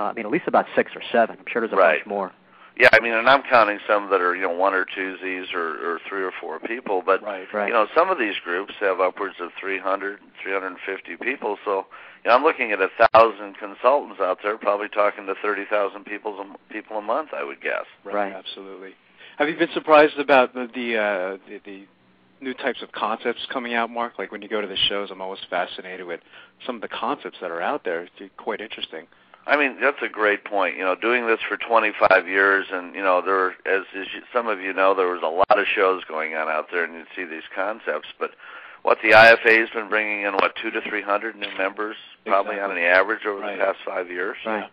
Speaker 3: I mean at least about six or seven. I'm sure there's a
Speaker 4: Right.
Speaker 3: bunch more.
Speaker 4: Yeah, I mean, and I'm counting some that are you know one or two Z's or, or three or four people, but
Speaker 2: right.
Speaker 3: Right.
Speaker 4: you know some of these groups have upwards of 300 350 people so you know i'm looking at a thousand consultants out there probably talking to 30,000 people a m- people a month i would guess
Speaker 2: Right,
Speaker 3: Right.
Speaker 2: absolutely. Have you been surprised about the the, uh, the the new types of concepts coming out, Mark? Like when you go to the shows, I'm always fascinated with some of the concepts that are out there. It's quite interesting.
Speaker 4: i mean that's a great point you know doing this for 25 years and you know there as, as you, some of you know there was a lot of shows going on out there and you'd see these concepts but what the IFA's been bringing in what 2 to 300 new members probably on
Speaker 2: Exactly.
Speaker 4: an average over
Speaker 2: Right.
Speaker 4: the past 5 years
Speaker 3: Right.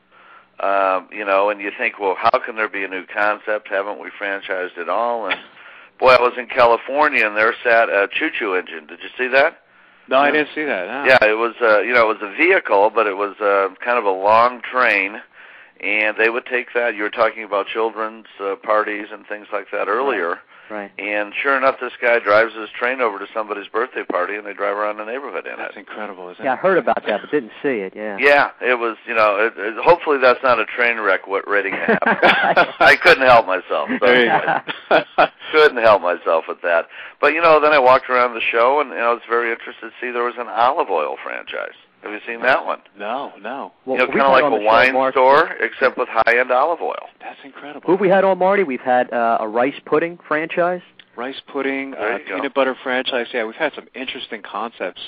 Speaker 4: um, you know, and you think, well, how can there be a new concept? Haven't we franchised it all? And boy, I was in California, and there sat a choo-choo engine. Did you see that?
Speaker 2: No, I
Speaker 4: Yeah.
Speaker 2: didn't see that. Ah. huh?
Speaker 4: Yeah, it was, uh, you know, it was a vehicle, but it was uh, kind of a long train, and they would take that. You were talking about children's uh, parties and things like that earlier,
Speaker 3: Right.
Speaker 4: and sure enough, this guy drives his train over to somebody's birthday party, and they drive around the neighborhood in it.
Speaker 2: That's incredible, isn't
Speaker 3: Yeah, I
Speaker 2: it?
Speaker 3: heard about that, but didn't see it. Yeah.
Speaker 4: Yeah, it was. You know, it, it, hopefully that's not a train wreck. What rating it happened.
Speaker 3: I-
Speaker 4: I couldn't help myself. So
Speaker 2: There
Speaker 4: anyway,
Speaker 2: you go.
Speaker 4: couldn't help myself with that. But you know, then I walked around the show, and, and I was very interested to see there was an olive oil franchise. Have you seen that one?
Speaker 2: no, no,
Speaker 3: Well,
Speaker 4: you know,
Speaker 3: we
Speaker 4: kind
Speaker 3: had
Speaker 4: of like
Speaker 3: on
Speaker 4: a
Speaker 3: the show
Speaker 4: wine
Speaker 3: Mark-
Speaker 4: store, except with high-end olive oil.
Speaker 2: that's incredible.
Speaker 3: Who have we had on, Marty? We've had uh, a rice pudding franchise.
Speaker 2: Rice pudding,
Speaker 4: There
Speaker 2: uh,
Speaker 4: you go.
Speaker 2: peanut butter franchise. Yeah, we've had some interesting concepts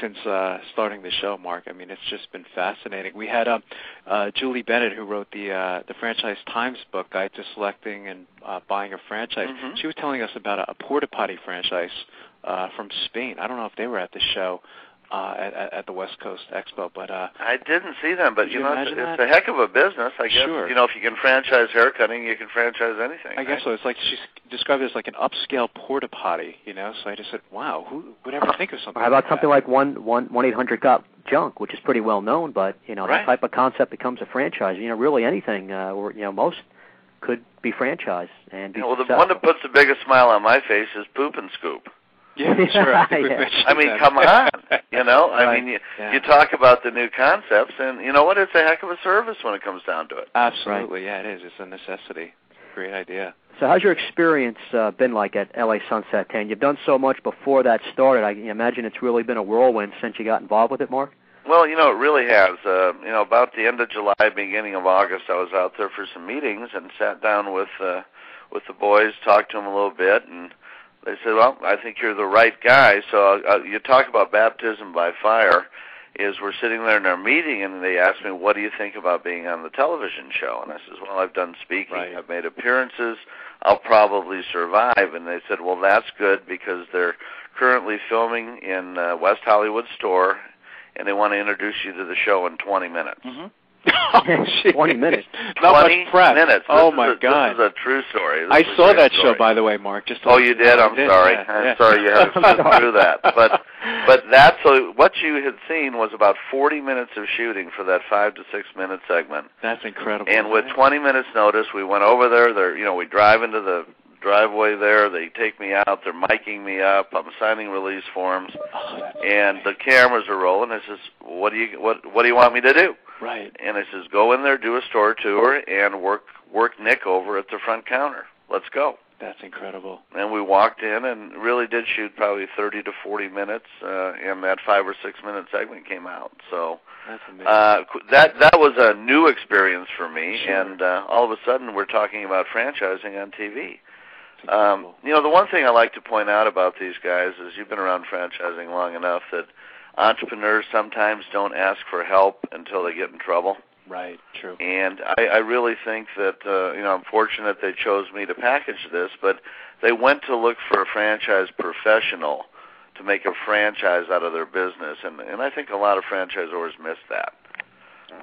Speaker 2: since uh, starting the show, Mark. I mean, it's just been fascinating. We had um, uh, Julie Bennett, who wrote the uh, the Franchise Times book, Guide to Selecting and uh, Buying a Franchise.
Speaker 4: Mhm.
Speaker 2: She was telling us about a, a porta potty franchise uh, from Spain. I don't know if they were at the show uh, at, at- at the West Coast Expo, but uh,
Speaker 4: I didn't see them, but
Speaker 2: Could
Speaker 4: you,
Speaker 2: you
Speaker 4: know, it's,
Speaker 2: imagine
Speaker 4: it's
Speaker 2: that?
Speaker 4: a heck of a business. I guess
Speaker 2: Sure.
Speaker 4: you know, if you can franchise hair cutting, you can franchise anything.
Speaker 2: I guess so. It's like she described it as like an upscale porta potty, you know. So I just said, wow, who would ever think of something?
Speaker 3: Or how about
Speaker 2: like
Speaker 3: something
Speaker 2: that?
Speaker 3: like one one one eight hundred got junk, which is pretty well known, but you know
Speaker 2: Right.
Speaker 3: that type of concept becomes a franchise. You know, really anything, uh, or you know most could be franchised and be
Speaker 4: You know, well, the
Speaker 3: successful.
Speaker 4: one that puts the biggest smile on my face is Poop and Scoop.
Speaker 2: Yeah, sure. I, think we
Speaker 3: Yeah.
Speaker 2: mentioned
Speaker 4: I mean,
Speaker 2: that.
Speaker 4: come on. You know, I
Speaker 3: Right.
Speaker 4: mean, you,
Speaker 2: Yeah.
Speaker 4: you talk about the new concepts, and you know what? It's a heck of a service when it comes down to it.
Speaker 2: Absolutely, yeah, it is. It's a necessity. Great idea.
Speaker 3: so, how's your experience uh, been like at LA Sunset Ten? You've done so much before that started. I imagine it's really been a whirlwind since you got involved with it, Mark.
Speaker 4: Well, you know, it really has. Uh, you know, about the end of July, beginning of August, I was out there for some meetings and sat down with uh, with the boys, talked to them a little bit, and they said, "Well, I think you're the right guy." So uh, you talk about baptism by fire. Is we're sitting there in our meeting, and they asked me, "What do you think about being on the television show?" And I says, "Well, I've done speaking,
Speaker 2: Right.
Speaker 4: I've made appearances, I'll probably survive." And they said, "Well, that's good because they're currently filming in uh, West Hollywood store, and they want to introduce you to the show in 20 minutes.
Speaker 2: Oh, shit.
Speaker 3: 20 minutes.
Speaker 2: Not
Speaker 4: 20
Speaker 2: much prep.
Speaker 4: minutes. This
Speaker 2: oh
Speaker 4: is
Speaker 2: my
Speaker 4: a,
Speaker 2: god!
Speaker 4: This is a true story. This
Speaker 2: I
Speaker 4: is a
Speaker 2: saw
Speaker 4: great
Speaker 2: that
Speaker 4: story.
Speaker 2: show, by the way, Mark. Just to
Speaker 4: Oh,
Speaker 2: let
Speaker 4: you
Speaker 2: know.
Speaker 4: did?
Speaker 2: I
Speaker 4: I'm sorry.
Speaker 2: yeah,
Speaker 4: I'm
Speaker 2: yeah.
Speaker 4: sorry you had to sit through that. But but that's a, what you had seen was about 40 minutes of shooting for that five to six minute segment.
Speaker 2: That's incredible.
Speaker 4: And with 20 minutes notice, we went over there. They're, you know, we drive into the driveway there. They take me out. They're miking me up. I'm signing release forms,
Speaker 2: Oh, that's
Speaker 4: and the cameras are rolling. I says, "What do you what What do you want me to do?"
Speaker 2: right.
Speaker 4: And I says, "Go in there, do a store tour, and work work Nick over at the front counter. Let's go."
Speaker 2: That's incredible.
Speaker 4: And we walked in and really did shoot probably 30 to 40 minutes, uh, and that five or six minute segment came out. So
Speaker 2: That's amazing.
Speaker 4: uh, qu- that that was a new experience for me,
Speaker 2: Sure.
Speaker 4: and uh, all of a sudden we're talking about franchising on TV.
Speaker 2: That's
Speaker 4: Um,
Speaker 2: incredible.
Speaker 4: you know, the one thing I like to point out about these guys is you've been around franchising long enough that entrepreneurs sometimes don't ask for help until they get in trouble.
Speaker 2: right. True.
Speaker 4: And I, I really think that uh, you know I'm fortunate they chose me to package this, but they went to look for a franchise professional to make a franchise out of their business, and and I think a lot of franchisors miss that.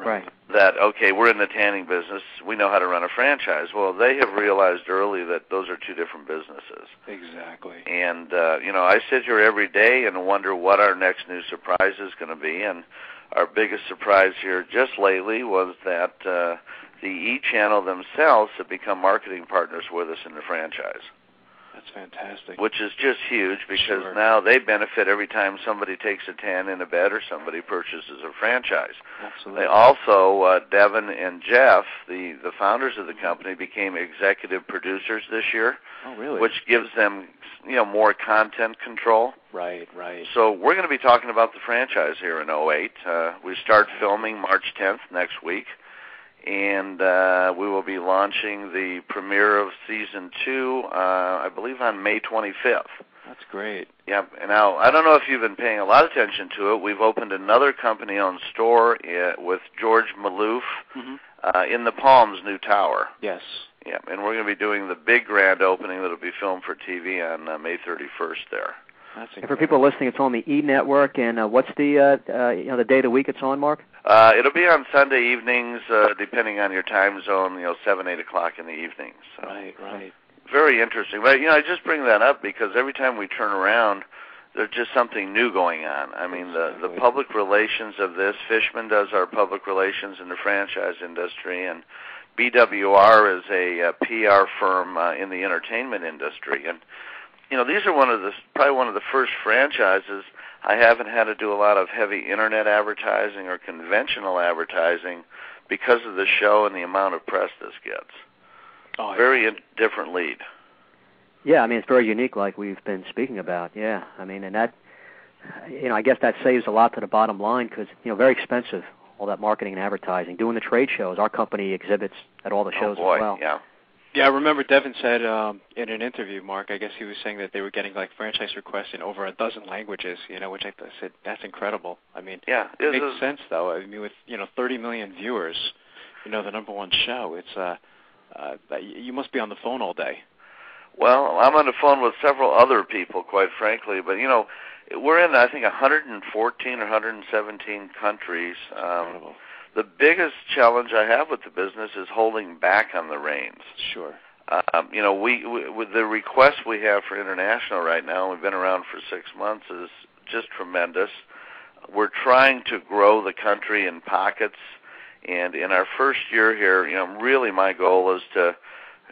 Speaker 3: Right.
Speaker 4: That okay, we're in the tanning business, we know how to run a franchise. Well, they have realized early that those are two different businesses.
Speaker 2: Exactly.
Speaker 4: And uh, you know, I sit here every day and wonder what our next new surprise is going to be. And our biggest surprise here just lately was that uh, the E Channel themselves have become marketing partners with us in the franchise,
Speaker 2: That's fantastic.
Speaker 4: which is just huge because
Speaker 2: Sure.
Speaker 4: now they benefit every time somebody takes a tan in a bed or somebody purchases a franchise.
Speaker 2: Absolutely.
Speaker 4: They also, uh, Devin and Jeff, the the founders of the company, became executive producers this year
Speaker 2: oh, really?
Speaker 4: which gives them you know more content control.
Speaker 2: right. Right.
Speaker 4: So we're going to be talking about the franchise here in 08. Uh, we start filming March 10th next week, and uh, we will be launching the premiere of season two, uh, I believe, on May 25th.
Speaker 2: That's great.
Speaker 4: Yep. And now I don't know if you've been paying a lot of attention to it. We've opened another company-owned store uh, with George Maloof
Speaker 2: Mm-hmm.
Speaker 4: uh, in the Palms new tower.
Speaker 2: Yes.
Speaker 4: Yeah, and we're going to be doing the big grand opening that'll be filmed for TV on uh, May 31st there.
Speaker 2: That's
Speaker 3: And for
Speaker 2: incredible.
Speaker 3: people listening, it's on the E Network. And uh, what's the uh, uh, you know the day of the week it's on, Mark?
Speaker 4: Uh, it'll be on Sunday evenings, uh, depending on your time zone, you know, 7, 8 o'clock in the evening. So
Speaker 2: Right. Right.
Speaker 4: very interesting. But, you know, I just bring that up because every time we turn around, there's just something new going on. I mean, the, the
Speaker 2: Exactly.
Speaker 4: public relations of this, Fishman does our public relations in the franchise industry, and BWR is a uh, PR firm uh, in the entertainment industry. And, you know, these are one of the, probably one of the first franchises I haven't had to do a lot of heavy internet advertising or conventional advertising because of the show and the amount of press this gets.
Speaker 2: Oh, I-
Speaker 4: Very in- different lead.
Speaker 3: Yeah, I mean it's very unique, like we've been speaking about. Yeah, I mean, and that you know I guess that saves a lot to the bottom line because you know very expensive all that marketing and advertising, doing the trade shows. Our company exhibits at all the shows
Speaker 4: oh boy,
Speaker 3: as well.
Speaker 4: yeah.
Speaker 2: Yeah, I remember Devin said um, in an interview, Mark. I guess he was saying that they were getting like franchise requests in over a dozen languages. You know, which I th- said that's incredible. I mean,
Speaker 4: Yeah,
Speaker 2: it
Speaker 4: this
Speaker 2: makes
Speaker 4: is-
Speaker 2: sense though. I mean, with you know 30 million viewers, you know the number one show. It's uh, uh, y- you must be on the phone all day.
Speaker 4: Well, I'm on the phone with several other people, quite frankly, but you know, we're in I think 114 or 117 countries. Um,
Speaker 2: Incredible.
Speaker 4: the biggest challenge I have with the business is holding back on the reins.
Speaker 2: Sure.
Speaker 4: Um, you know, we, we with the request we have for international right now, we've been around for six months, is just tremendous. We're trying to grow the country in pockets, and in our first year here, you know, really my goal is to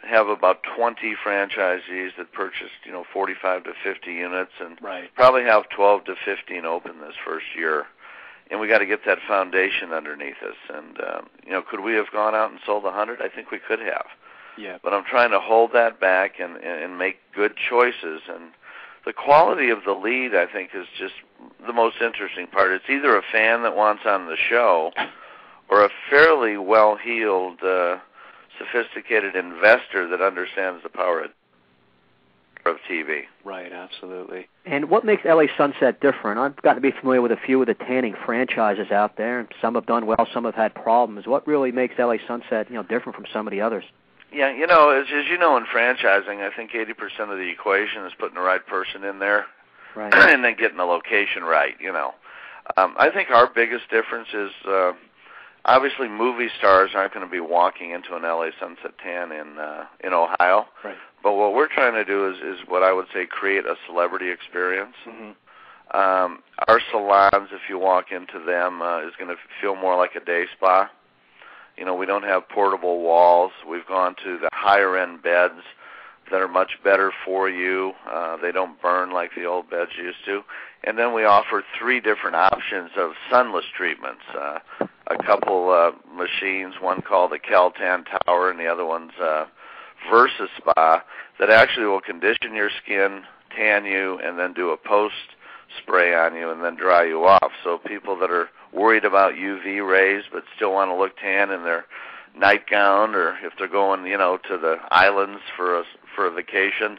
Speaker 4: have about 20 franchisees that purchased, you know, 45 to 50 units, and
Speaker 2: Right.
Speaker 4: probably have 12 to 15 open this first year. And we got to get that foundation underneath us. And um, you know, could we have gone out and sold 100? I think we could have
Speaker 2: Yeah.
Speaker 4: but I'm trying to hold that back and and and make good choices and the quality of the lead I think is just the most interesting part. It's either a fan that wants on the show or a fairly well-heeled uh sophisticated investor that understands the power of- of TV.
Speaker 2: Right. Absolutely.
Speaker 3: And what makes LA Sunset different? I've gotten to be familiar with a few of the tanning franchises out there, and some have done well, some have had problems. What really makes LA Sunset, you know, different from some of the others?
Speaker 4: Yeah, you know, as as you know in franchising, I think 80% of the equation is putting the right person in there.
Speaker 3: Right.
Speaker 4: and then getting the location right, you know. Um, I think our biggest difference is uh, obviously movie stars aren't going to be walking into an LA Sunset Tan in uh, in Ohio,
Speaker 2: Right.
Speaker 4: but what we're trying to do is is what I would say create a celebrity experience.
Speaker 2: hmm
Speaker 4: Um, our salons, if you walk into them, uh, is going to feel more like a day spa. You know, we don't have portable walls. We've gone to the higher end beds that are much better for you. Uh, they don't burn like the old beds used to. And then we offer three different options of sunless treatments. Uh, a couple uh, machines, one called the Caltan Tower, and the other one's uh, Versus Spa, that actually will condition your skin, tan you, and then do a post spray on you and then dry you off. So people that are worried about UV rays but still want to look tan in their nightgown or if they're going, you know, to the islands for a for a vacation,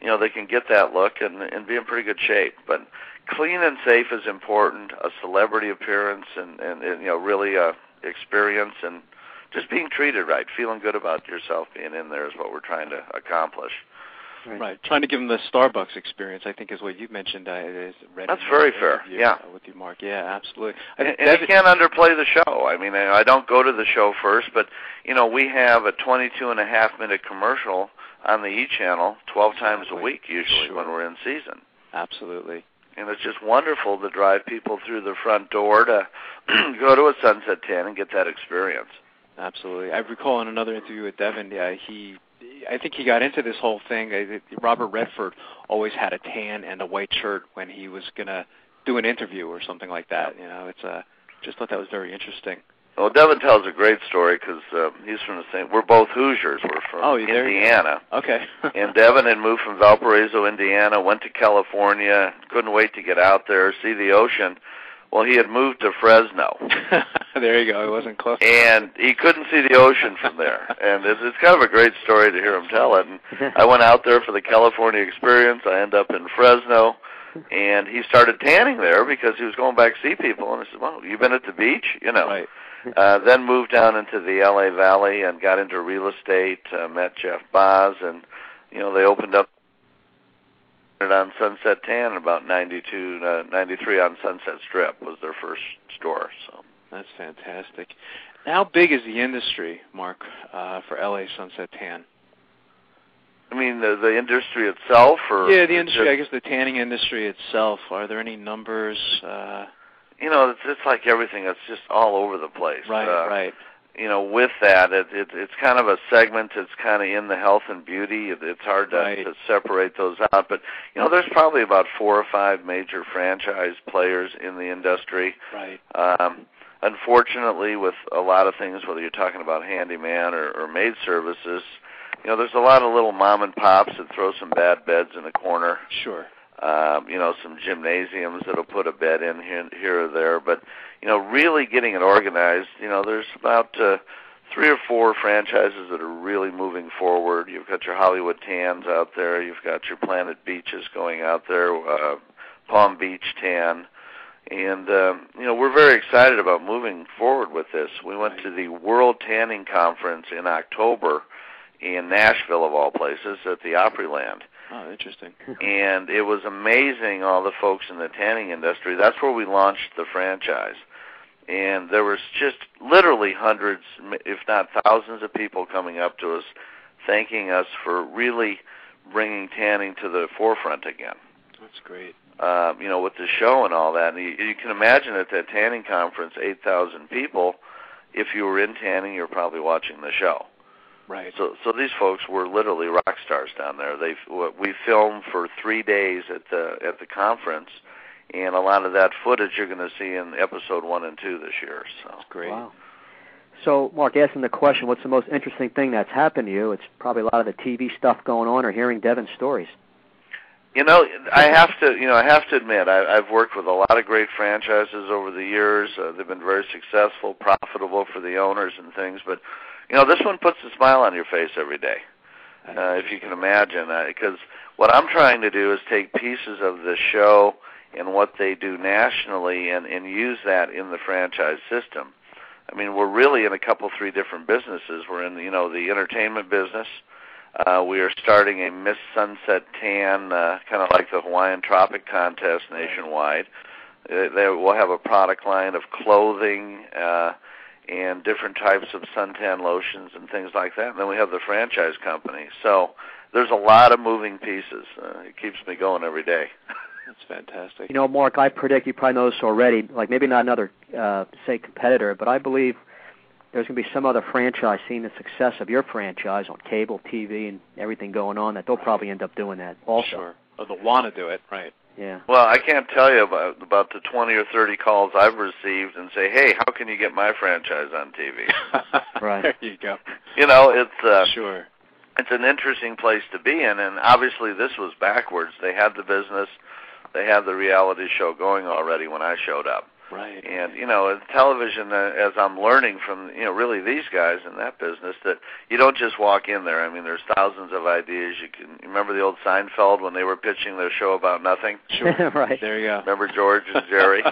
Speaker 4: you know, they can get that look and and be in pretty good shape. But clean and safe is important. A celebrity appearance and and, and you know, really a experience and just being treated right, feeling good about yourself being in there is what we're trying to accomplish.
Speaker 2: Right. right. Trying to give them the Starbucks experience, I think, is what you mentioned. Uh, is read
Speaker 4: That's very fair.
Speaker 2: With you,
Speaker 4: yeah.
Speaker 2: Uh, with you, Mark. Yeah, absolutely.
Speaker 4: I and, and you can't underplay the show. I mean, I don't go to the show first, but you know, we have a 22 and a half minute commercial on the E channel 12 times exactly. a week usually
Speaker 2: sure.
Speaker 4: when we're in season.
Speaker 2: Absolutely.
Speaker 4: And it's just wonderful to drive people through the front door to go to a sunset tan and get that experience.
Speaker 2: Absolutely. I recall in another interview with Devin, yeah, he I think he got into this whole thing. uh, Robert Redford always had a tan and a white shirt when he was gonna do an interview or something like that. You know, it's uh, just thought that was very interesting.
Speaker 4: Well, Devin tells a great story because uh, he's from the same. We're both Hoosiers. We're from
Speaker 2: oh,
Speaker 4: Indiana.
Speaker 2: Okay.
Speaker 4: and Devin had moved from Valparaiso, Indiana, went to California. Couldn't wait to get out there, see the ocean. Well, he had moved to Fresno.
Speaker 2: there you go. It wasn't close.
Speaker 4: And he couldn't see the ocean from there. And it's, it's kind of a great story to hear him tell it. And I went out there for the California experience. I end up in Fresno, and he started tanning there because he was going back to see people. And I said, "Well, you've been at the beach, you know."
Speaker 2: Right.
Speaker 4: Uh, then moved down into the LA Valley and got into real estate. Uh, met Jeff Boz, and you know they opened up on Sunset Tan about 92, uh, 93 on Sunset Strip was their first store. So
Speaker 2: that's fantastic. How big is the industry, Mark, uh, for LA Sunset Tan?
Speaker 4: I mean, the, the industry itself, or
Speaker 2: yeah, the industry. Just, I guess the tanning industry itself. Are there any numbers? Uh,
Speaker 4: you know, it's, it's like everything. It's just all over the place.
Speaker 2: Right,
Speaker 4: uh,
Speaker 2: right.
Speaker 4: You know, with that, it, it, it's kind of a segment. It's kind of in the health and beauty. It, it's hard to,
Speaker 2: right.
Speaker 4: to separate those out, but you know, there's probably about four or five major franchise players in the industry.
Speaker 2: Right.
Speaker 4: Um, unfortunately, with a lot of things, whether you're talking about handyman or, or maid services, you know, there's a lot of little mom and pops that throw some bad beds in the corner.
Speaker 2: Sure.
Speaker 4: Um, you know, some gymnasiums that'll put a bed in here, here or there, but you know, really getting it organized. You know, there's about uh, three or four franchises that are really moving forward. You've got your Hollywood Tans out there. You've got your Planet Beaches going out there. Uh, Palm Beach Tan and um, you know we're very excited about moving forward with this. We went to the World Tanning Conference in October in Nashville, of all places, at the Opryland.
Speaker 2: Oh, interesting.
Speaker 4: and it was amazing all the folks in the tanning industry. That's where we launched the franchise. And there was just literally hundreds, if not thousands, of people coming up to us, thanking us for really bringing tanning to the forefront again.
Speaker 2: That's great
Speaker 4: uh, you know, with the show and all that. And you, you can imagine at that tanning conference, 8,000 people. If you were in tanning, you're probably watching the show.
Speaker 2: Right.
Speaker 4: So, so these folks were literally rock stars down there. They we filmed for three days at the at the conference, and a lot of that footage you're going to see in episode one and two this year. So
Speaker 2: That's great.
Speaker 3: Wow. So, Mark, asking the question, what's the most interesting thing that's happened to you? It's probably a lot of the TV stuff going on or hearing Devin's stories.
Speaker 4: You know, I have to. You know, I have to admit, I, I've worked with a lot of great franchises over the years. Uh, they've been very successful, profitable for the owners and things. But you know, this one puts a smile on your face every day, uh, if you can imagine. Because uh, what I'm trying to do is take pieces of the show and what they do nationally, and and use that in the franchise system. I mean, we're really in a couple, three different businesses. We're in, you know, the entertainment business. Uh, we are starting a Miss Sunset Tan, uh, kind of like the Hawaiian Tropic Contest nationwide. Uh, they will have a product line of clothing uh, and different types of suntan lotions and things like that. And then we have the franchise company. So there's a lot of moving pieces. Uh, it keeps me going every day.
Speaker 2: That's fantastic.
Speaker 3: You know, Mark, I predict you probably know this already. Like maybe not another, uh, say, competitor, but I believe there's going to be some other franchise seeing the success of your franchise on cable TV and everything going on that they'll probably end up doing that also.
Speaker 2: Sure. Or they'll want to do it, right?
Speaker 3: Yeah.
Speaker 4: Well, I can't tell you about about the twenty or thirty calls I've received and say, "Hey, how can you get my franchise on TV?"
Speaker 3: Right.
Speaker 2: there you go.
Speaker 4: you know, it's uh,
Speaker 2: sure.
Speaker 4: it's an interesting place to be in, and obviously this was backwards. They had the business, they had the reality show going already when I showed up,
Speaker 2: Right.
Speaker 4: and you know, in television, uh, as I'm learning from you know really these guys in that business, that you don't just walk in there. I mean, there's thousands of ideas. You can you remember the old Seinfeld when they were pitching their show about nothing.
Speaker 2: Sure.
Speaker 3: right.
Speaker 2: There you go.
Speaker 4: Remember George and Jerry?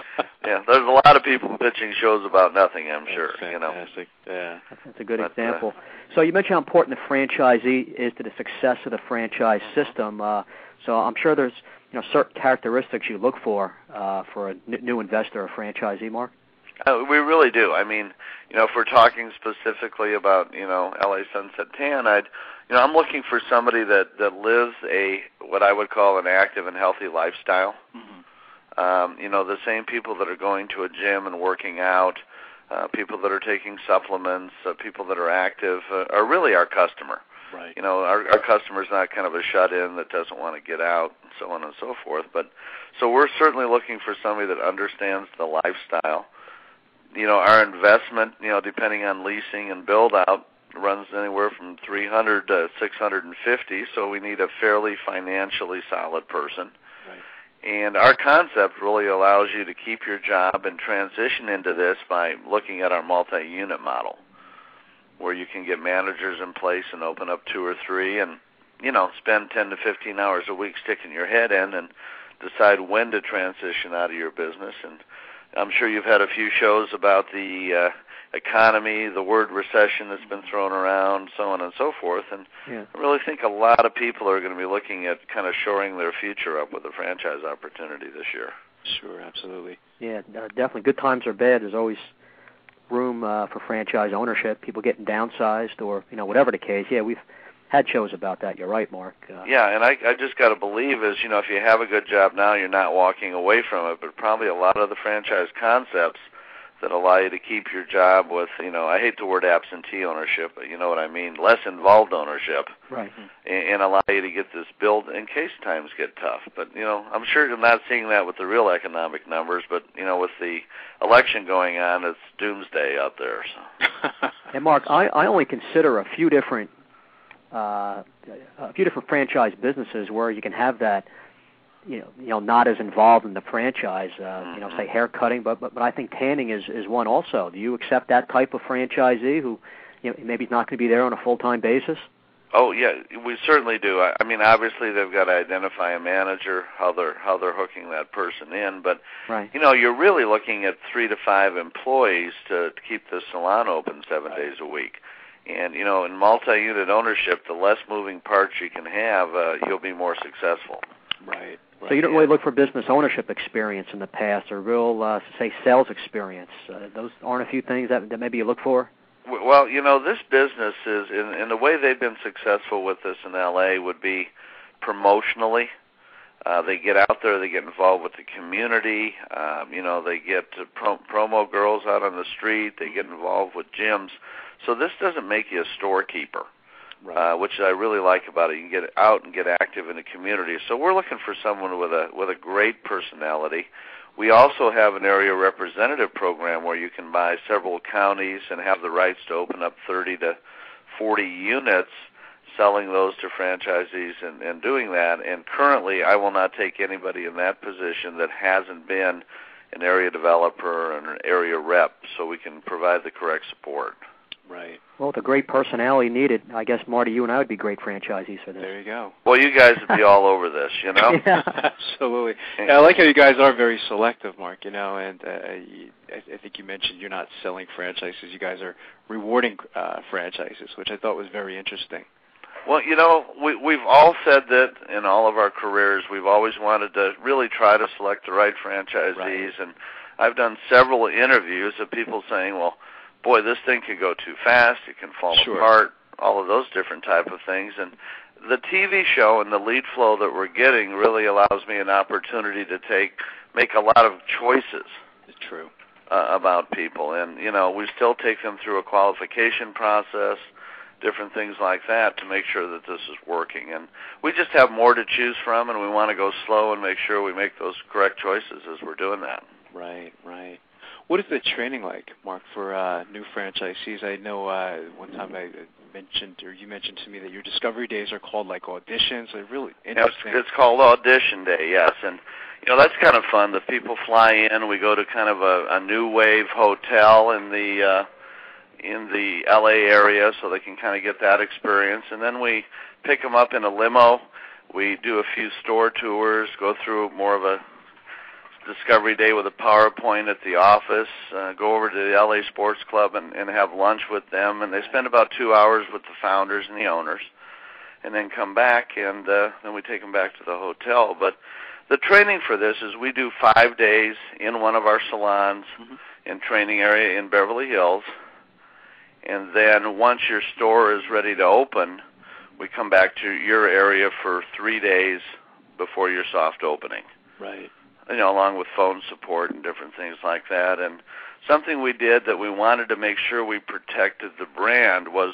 Speaker 4: yeah, there's a lot of people pitching shows about nothing. I'm
Speaker 2: That's
Speaker 4: sure. You know.
Speaker 2: Fantastic. Yeah.
Speaker 3: That's a good
Speaker 4: But, uh,
Speaker 3: example. so you mentioned how important the franchisee is to the success of the franchise
Speaker 4: Mm-hmm.
Speaker 3: system. Uh, so I'm sure there's you know certain characteristics you look for uh, for a n- new investor or franchisee, Mark.
Speaker 4: Uh, we really do. I mean, you know, if we're talking specifically about you know LA Sunset Tan, I'd, you know, I'm looking for somebody that that lives a what I would call an active and healthy lifestyle.
Speaker 2: hmm
Speaker 4: Um, you know, the same people that are going to a gym and working out, uh, people that are taking supplements, uh, people that are active, uh, are really our customer.
Speaker 2: Right.
Speaker 4: you know our our customer's not kind of a shut in that doesn't want to get out and so on and so forth but so we're certainly looking for somebody that understands the lifestyle you know our investment you know depending on leasing and build out runs anywhere from 300 to 650 so we need a fairly financially solid person
Speaker 2: Right.
Speaker 4: and our concept really allows you to keep your job and transition into this by looking at our multi unit model, where you can get managers in place and open up two or three and, you know, spend 10 to 15 hours a week sticking your head in and decide when to transition out of your business. And I'm sure you've had a few shows about the uh, economy, the word recession that's been thrown around, so on and so forth. And
Speaker 3: Yeah.
Speaker 4: I really think a lot of people are going to be looking at kind of shoring their future up with a franchise opportunity this year.
Speaker 2: Sure. Absolutely.
Speaker 3: Yeah, uh, definitely. Good times or bad, there's always room uh, for franchise ownership. People getting downsized, or you know, whatever the case. Yeah, we've had shows about that. You're right, Mark. Uh,
Speaker 4: Yeah, and I, I just got to believe is you know if you have a good job now, you're not walking away from it. But probably a lot of the franchise concepts that allow you to keep your job with you know I hate the word absentee ownership, but you know what I mean, less involved ownership,
Speaker 3: Right.
Speaker 4: and, and allow you to get this built in case times get tough. But you know I'm sure you're not seeing that with the real economic numbers, but you know with the election going on, it's doomsday out there. So.
Speaker 3: And Mark, I, I only consider a few different uh, a few different franchise businesses where you can have that you know you know not as involved in the franchise uh, you know say hair cutting but, but but I think tanning is is one also. Do you accept that type of franchisee who you know maybe is not going to be there on a full time basis?
Speaker 4: Oh yeah, we certainly do. I, I mean, obviously they've got to identify a manager, how they're how they're hooking that person in, but
Speaker 3: Right.
Speaker 4: you know, you're really looking at three to five employees to, to keep the salon open seven
Speaker 2: Right.
Speaker 4: days a week. And you know, in multi-unit ownership, the less moving parts you can have, uh, you'll be more successful.
Speaker 2: right.
Speaker 3: So you don't really look for business ownership experience in the past or real uh, say sales experience. Uh, those aren't a few things that that maybe you look for.
Speaker 4: W- Well, you know, this business is, in, in the way they've been successful with this in LA, would be promotionally. Uh, they get out there, they get involved with the community. Um, you know, they get to pro- promo girls out on the street. They get involved with gyms. So this doesn't make you a storekeeper,
Speaker 2: Right.
Speaker 4: uh, which I really like about it. You can get out and get active in the community. So we're looking for someone with a with a great personality. We also have an area representative program where you can buy several counties and have the rights to open up 30 to 40 units, selling those to franchisees and, and doing that. And currently, I will not take anybody in that position that hasn't been an area developer and an area rep, so we can provide the correct support.
Speaker 2: right.
Speaker 3: Well, with a great personality needed, I guess Marty, you and I would be great franchisees for this.
Speaker 2: There you go.
Speaker 4: Well, you guys would be all over this, you know.
Speaker 3: Yeah.
Speaker 2: Absolutely. Yeah, I like how you guys are very selective, Mark. You know, and uh, you, I, I think you mentioned you're not selling franchises; you guys are rewarding uh, franchises, which I thought was very interesting.
Speaker 4: Well, you know, we we've all said that in all of our careers. We've always wanted to really try to select the right franchisees,
Speaker 2: Right.
Speaker 4: and I've done several interviews of people saying, "Well, boy, this thing could go too fast. It can fall
Speaker 2: Sure.
Speaker 4: apart." All of those different type of things, and the TV show and the lead flow that we're getting really allows me an opportunity to take make a lot of choices
Speaker 2: It's true.
Speaker 4: uh, about people, and you know we still take them through a qualification process, different things like that to make sure that this is working. And we just have more to choose from, and we want to go slow and make sure we make those correct choices as we're doing that.
Speaker 2: Right, right. What is the training like, Mark, for uh, new franchisees? I know uh, one time I mentioned, or you mentioned to me that your discovery days are called like auditions. They're really
Speaker 4: Yeah, It's,
Speaker 2: interesting.
Speaker 4: it's called Audition Day, yes, and you know that's kind of fun. The people fly in. We go to kind of a, a new wave hotel in the uh, in the LA area, so they can kind of get that experience. And then we pick them up in a limo. We do a few store tours. Go through more of a discovery day with a PowerPoint at the office. Uh, go over to the LA Sports Club and, and have lunch with them. And they spend about two hours with the founders and the owners and then come back and uh, then we take them back to the hotel. But the training for this is we do five days in one of our salons
Speaker 2: Mhm.
Speaker 4: and training area in Beverly Hills, and then once your store is ready to open, we come back to your area for three days before your soft opening
Speaker 2: Right.
Speaker 4: you know, along with phone support and different things like that. And something we did that we wanted to make sure we protected the brand was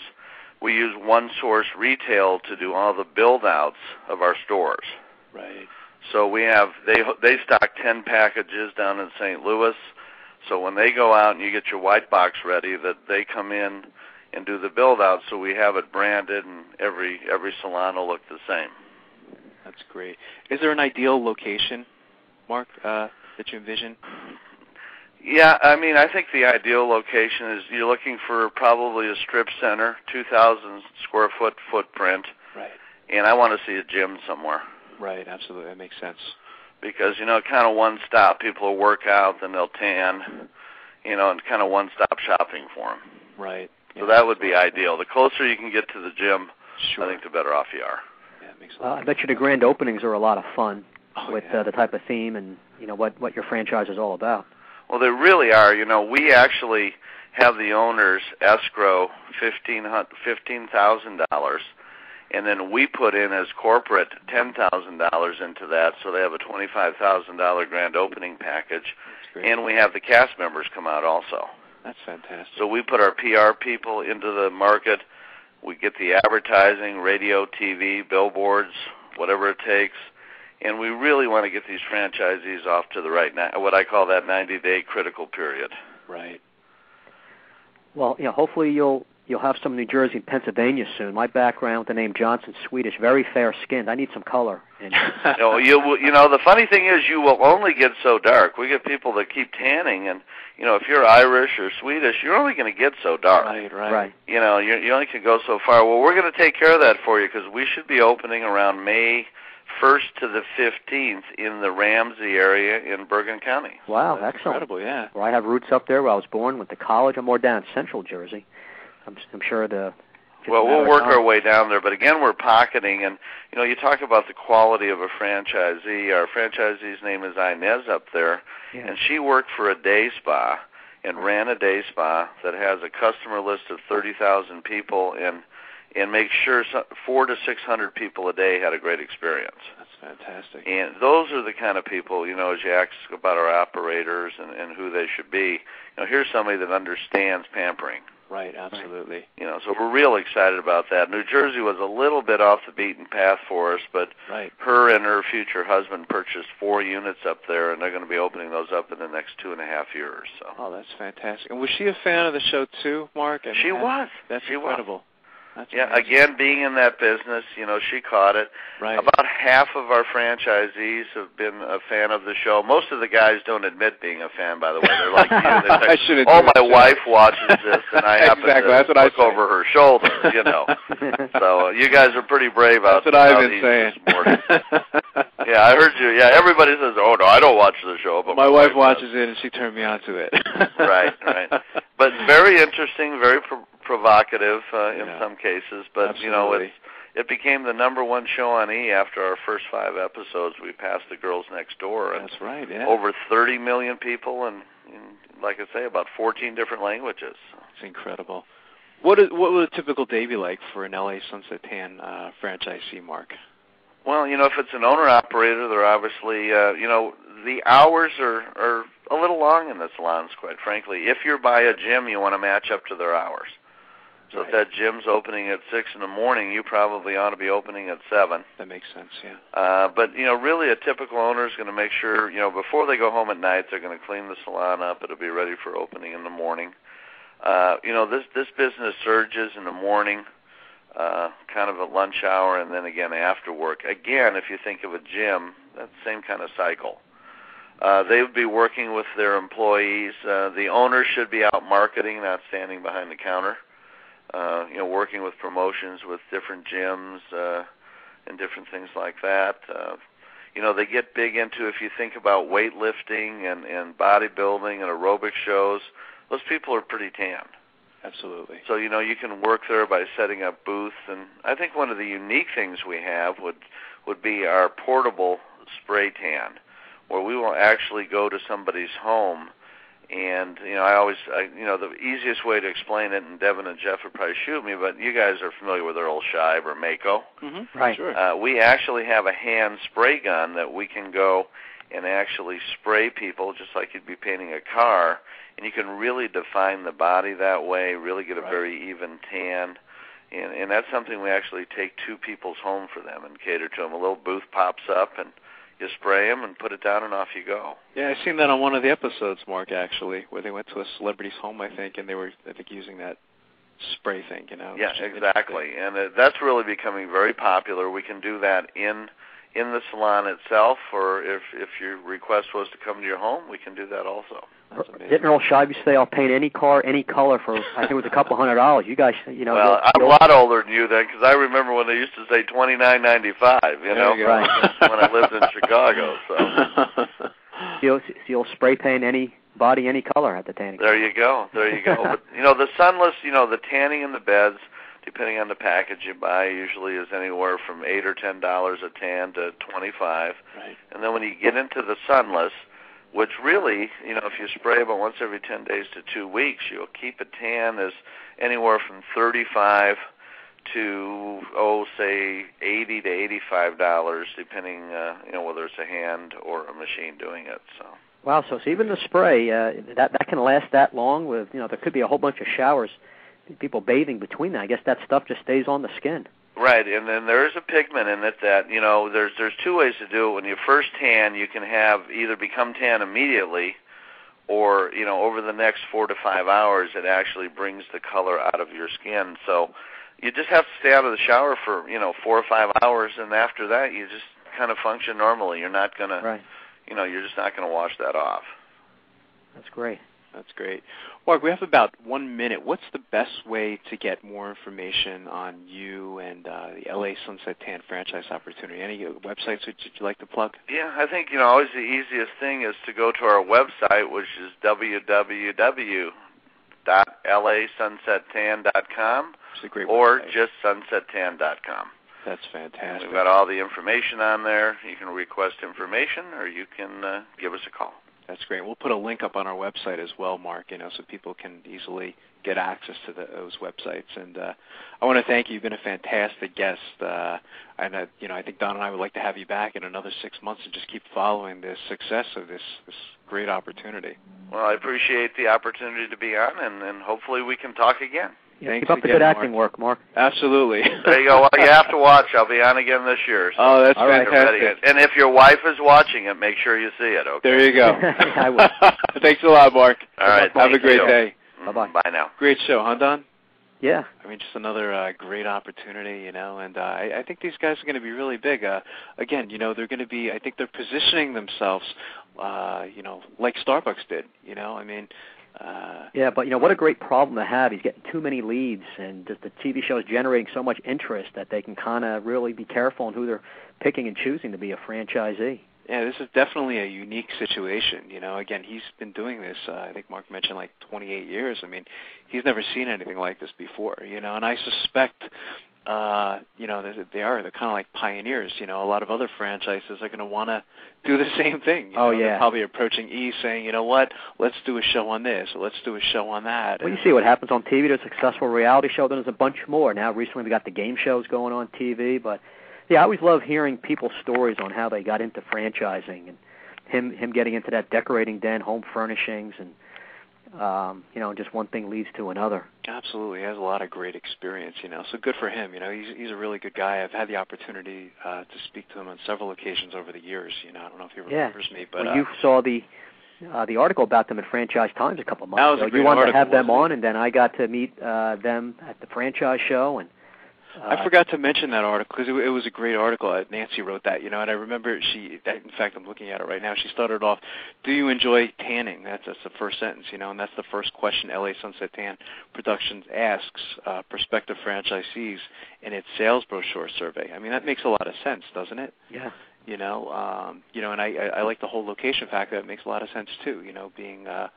Speaker 4: we use one source retail to do all the build outs of our stores.
Speaker 2: Right.
Speaker 4: So we have they they stock 10 packages down in St. Louis. So when they go out and you get your white box ready that they come in and do the build out so we have it branded and every every salon will look the same.
Speaker 2: That's great. Is there an ideal location, Mark, uh, that you envision?
Speaker 4: Yeah, I mean, I think the ideal location is you're looking for probably a strip center, 2,000 square foot footprint,
Speaker 2: Right.
Speaker 4: and I want to see a gym somewhere
Speaker 2: Right. Absolutely. That makes sense.
Speaker 4: because you know, kind of one stop. People will work out, then they'll tan, you know, and kind of one stop shopping for them.
Speaker 2: Right.
Speaker 4: So that would be ideal. The closer you can get to the gym,
Speaker 2: Sure.
Speaker 4: I think the better off you are.
Speaker 2: yeah, it makes a
Speaker 3: Uh,
Speaker 2: lot
Speaker 3: I
Speaker 2: of
Speaker 3: bet you the grand openings are a lot of fun
Speaker 2: Oh,
Speaker 3: with
Speaker 2: yeah.
Speaker 3: uh, the type of theme and you know what what your franchise is all about.
Speaker 4: Well, they really are. You know, we actually have the owners escrow fifteen fifteen thousand dollars, and then we put in as corporate ten thousand dollars into that, so they have a twenty five thousand dollar grand opening package,
Speaker 2: That's great.
Speaker 4: and we have the cast members come out also.
Speaker 2: That's fantastic.
Speaker 4: So we put our PR people into the market. We get the advertising, radio, TV, billboards, whatever it takes. And we really want to get these franchisees off to the right, ni- what I call that 90 day critical period.
Speaker 2: Right.
Speaker 3: Well, you know, hopefully you'll you'll have some New Jersey and Pennsylvania soon. My background with the name Johnson Swedish, very fair skinned. I need some color. And
Speaker 4: You know, you, will- you know, the funny thing is you will only get so dark. We get people that keep tanning, and, you know, if you're Irish or Swedish, you're only going to get so dark.
Speaker 2: Right. Right.
Speaker 3: right.
Speaker 4: you know, you you only can go so far. Well, we're going to take care of that for you because we should be opening around May 1st to the 15th in the Ramsey area in Bergen County.
Speaker 3: Wow,
Speaker 2: That's
Speaker 3: Oh, excellent.
Speaker 2: Incredible. Yeah.
Speaker 3: Where I have roots up there, where I was born, went to college. I'm more down in Central Jersey. I'm, I'm sure the. just a
Speaker 4: Well,
Speaker 3: matter
Speaker 4: we'll
Speaker 3: of
Speaker 4: work
Speaker 3: time.
Speaker 4: our way down there, but again, we're pocketing, and you know, you talk about the quality of a franchisee. Our franchisee's name is Inez up there,
Speaker 3: Yeah.
Speaker 4: and she worked for a day spa and ran a day spa that has a customer list of 30,000 people and and makes sure so- four to 600 people a day had a great experience.
Speaker 2: That's fantastic.
Speaker 4: And those are the kind of people, you know, as you ask about our operators and, and who they should be. You know, here's somebody that understands pampering.
Speaker 2: Right. Absolutely.
Speaker 4: You know, so we're real excited about that. New Jersey was a little bit off the beaten path for us, but
Speaker 2: Right.
Speaker 4: her and her future husband purchased four units up there, and they're going to be opening those up in the next two and a half years. So
Speaker 2: Oh, that's fantastic. And was she a fan of the show too, Mark? And,
Speaker 4: she
Speaker 2: and
Speaker 4: was.
Speaker 2: Oh, That's
Speaker 4: She was.
Speaker 2: incredible. That's
Speaker 4: Yeah,
Speaker 2: amazing.
Speaker 4: again, being in that business, you know, she caught it.
Speaker 2: Right.
Speaker 4: About half of our franchisees have been a fan of the show. Most of the guys don't admit being a fan, by the way. They're like you. They're
Speaker 2: I
Speaker 4: like,
Speaker 2: shouldn't
Speaker 4: oh,
Speaker 2: do it,
Speaker 4: my
Speaker 2: should I?"
Speaker 4: wife watches this, and I happen
Speaker 2: exactly.
Speaker 4: to
Speaker 2: That's what I
Speaker 4: look
Speaker 2: say.
Speaker 4: over her shoulder, you know. so uh, you guys are pretty brave out
Speaker 2: that's what I've
Speaker 4: out
Speaker 2: been
Speaker 4: east
Speaker 2: saying.
Speaker 4: This morning. yeah, I heard you. Yeah, everybody says, oh, no, I don't watch the show. But
Speaker 2: my wife
Speaker 4: does."
Speaker 2: watches it and she turned me on to it.
Speaker 4: Right, right. But very interesting, very pro- provocative uh, in
Speaker 2: Yeah.
Speaker 4: some cases. But, you know, it's
Speaker 2: Absolutely.
Speaker 4: it became the number one show on E after our first five episodes. We passed The Girls Next Door, and
Speaker 2: that's right. Yeah,
Speaker 4: over 30 million people, and, and like I say, about 14 different languages.
Speaker 2: it's incredible. What is what would a typical day be like for an LA Sunset Tan uh, franchisee, Mark?
Speaker 4: Well, you know, if it's an owner operator, they're obviously, uh, you know, the hours are are a little long in the salons, quite frankly. If you're by a gym, you want to match up to their hours. So if
Speaker 2: Right.
Speaker 4: that gym's opening at six in the morning, you probably ought to be opening at seven.
Speaker 2: That makes sense. Yeah.
Speaker 4: Uh, but you know, really, a typical owner is going to make sure you know before they go home at night, they're going to clean the salon up. It'll be ready for opening in the morning. Uh, you know, this this business surges in the morning, uh, kind of at lunch hour, and then again after work. Again, if you think of a gym, that same kind of cycle. Uh, they would be working with their employees. Uh, the owner should be out marketing, not standing behind the counter. Uh, you know, working with promotions with different gyms. Uh, and different things like that. Uh, you know, they get big into if you think about weightlifting and and bodybuilding and aerobic shows. Those people are pretty tan.
Speaker 2: Absolutely.
Speaker 4: So you know, you can work there by setting up booths. And I think one of the unique things we have would would be our portable spray tan, where we will actually go to somebody's home. And you know, I always, I, you know, the easiest way to explain it, and Devin and Jeff would probably shoot me, but you guys are familiar with Earl Shive or Mako.
Speaker 2: Mm-hmm.
Speaker 3: Right.
Speaker 2: Sure.
Speaker 4: Uh, we actually have a hand spray gun that we can go and actually spray people just like you'd be painting a car. And you can really define the body that way, really get a
Speaker 2: Right.
Speaker 4: very even tan. And, and that's something we actually take two people's home for them and cater to them. A little booth pops up and you spray them and put it down and off you go.
Speaker 2: Yeah, I seen that on one of the episodes, Mark. Actually, where they went to a celebrity's home, I think, and they were, I think, using that spray thing. You know.
Speaker 4: Yeah,
Speaker 2: It's just
Speaker 4: exactly. And uh, that's really becoming very popular. We can do that in in the salon itself, or if if your request was to come to your home, we can do that also.
Speaker 2: interesting. That's amazing.
Speaker 3: Didn't Earl Shive used to say, "I'll paint any car, any color for I think it was a couple hundred dollars." You guys, you know,
Speaker 4: well,
Speaker 3: you'll-
Speaker 4: I'm a
Speaker 3: you'll-
Speaker 4: lot older than you then, because I remember when they used to say twenty nine ninety five. You
Speaker 2: There
Speaker 4: know,
Speaker 2: you go.
Speaker 3: Right.
Speaker 4: when I lived in Chicago. So
Speaker 3: you'll, so you'll spray paint any body, any color at the tanning.
Speaker 4: there you go, there you go. But you know, the sunless, you know, the tanning in the beds, depending on the package you buy, usually is anywhere from eight or ten dollars a tan to twenty five.
Speaker 2: right.
Speaker 4: And then when you get into the sunless, which really, you know, if you spray about once every 10 days to two weeks, you'll keep a tan as anywhere from 35 to oh, say 80 to 85 dollars, depending, uh, you know, whether it's a hand or a machine doing it. So.
Speaker 3: Wow, so, so even the spray uh, that that can last that long with you know there could be a whole bunch of showers, people bathing between that. I guess that stuff just stays on the skin.
Speaker 4: Right, and then there is a pigment in it that you know. There's there's two ways to do it. When you first tan, you can have either become tan immediately, or you know over the next four to five hours, it actually brings the color out of your skin. So you just have to stay out of the shower for you know four or five hours, and after that, you just kind of function normally. You're not gonna
Speaker 3: Right,
Speaker 4: you know you're just not gonna wash that off.
Speaker 3: that's great.
Speaker 2: That's great. Mark, we have about one minute. What's the best way to get more information on you and uh, the LA Sunset Tan franchise opportunity? Any uh, websites that you'd like to plug?
Speaker 4: Yeah, I think you know always the easiest thing is to go to our website, which is www.lasunsettan.com
Speaker 2: It's a great
Speaker 4: or
Speaker 2: website.
Speaker 4: just sunsettan.com.
Speaker 2: That's
Speaker 4: And
Speaker 2: fantastic.
Speaker 4: We've got all the information on there. You can request information, or you can uh, give us a call.
Speaker 2: That's great. We'll put a link up on our website as well, Mark, you know, so people can easily get access to the, those websites. And uh, I want to thank you. You've been a fantastic guest. Uh, and, uh, you know, I think Don and I would like to have you back in another six months and just keep following the success of this, this great opportunity.
Speaker 4: Well, I appreciate the opportunity to be on, and, and hopefully we can talk again.
Speaker 3: Yeah,
Speaker 2: Thanks
Speaker 3: keep up the
Speaker 2: again,
Speaker 3: good acting work, Mark.
Speaker 2: Absolutely.
Speaker 4: There you go. Well, you have to watch. I'll be on again this year. So
Speaker 2: Oh, that's
Speaker 3: All right.
Speaker 4: get ready.
Speaker 2: fantastic.
Speaker 4: And if your wife is watching it, make sure you see it. Okay.
Speaker 2: There you go.
Speaker 3: I will.
Speaker 2: Thanks a lot, Mark.
Speaker 4: All right.
Speaker 2: Have a
Speaker 4: thank
Speaker 2: great
Speaker 4: you.
Speaker 2: day.
Speaker 4: Mm,
Speaker 3: Bye-bye.
Speaker 4: Bye now.
Speaker 2: Great show, huh, Don?
Speaker 3: Yeah,
Speaker 2: Mm-hmm. I mean, just another uh, great opportunity, you know. And uh, I, I think these guys are going to be really big. Uh, again, you know, they're going to be. I think they're positioning themselves, uh, you know, like Starbucks did. You know, I mean, uh,
Speaker 3: yeah, but you know what a great problem to have. He's getting too many leads, and just the TV show is generating so much interest that they can kind of really be careful in who they're picking and choosing to be a franchisee.
Speaker 2: yeah, this is definitely a unique situation. You know, again, he's been doing this. Uh, I think Mark mentioned like 28 years. I mean, he's never seen anything like this before. You know, and I suspect uh, you know, they, they are. They're kind of like pioneers. You know, a lot of other franchises are going to want to do the same thing. You know,
Speaker 3: Oh, yeah.
Speaker 2: They're probably approaching E saying, you know what, let's do a show on this, or let's do a show on that.
Speaker 3: Well, you
Speaker 2: And-
Speaker 3: see what happens on TV. There's a successful reality show. Then there's a bunch more. Now, recently we got the game shows going on TV. But yeah, I always love hearing people's stories on how they got into franchising and him him getting into that decorating den, home furnishings, and um, you know, just one thing leads to another.
Speaker 2: Absolutely, he has a lot of great experience, you know. So good for him, you know. He's he's a really good guy. I've had the opportunity uh, to speak to him on several occasions over the years. You know, I don't know if he
Speaker 3: Yeah.
Speaker 2: remembers me, but
Speaker 3: when
Speaker 2: uh,
Speaker 3: you saw the uh, the article about them at Franchise Times a couple months
Speaker 2: That was a
Speaker 3: ago, you
Speaker 2: great
Speaker 3: wanted to
Speaker 2: article,
Speaker 3: have them
Speaker 2: wasn't it?
Speaker 3: on, and then I got to meet uh, them at the franchise show. And uh,
Speaker 2: I forgot to mention that article because it, wa- it was a great article. Uh, Nancy wrote that, you know, and I remember she. that- In fact, I'm looking at it right now. She started off, "Do you enjoy tanning?" That's that's the first sentence, you know, and that's the first question LA Sunset Tan Productions asks uh, prospective franchisees in its sales brochure survey. I mean, that makes a lot of sense, doesn't it?
Speaker 3: Yeah,
Speaker 2: you know um you know and i i, I like the whole location factor that makes a lot of sense too you know being uh,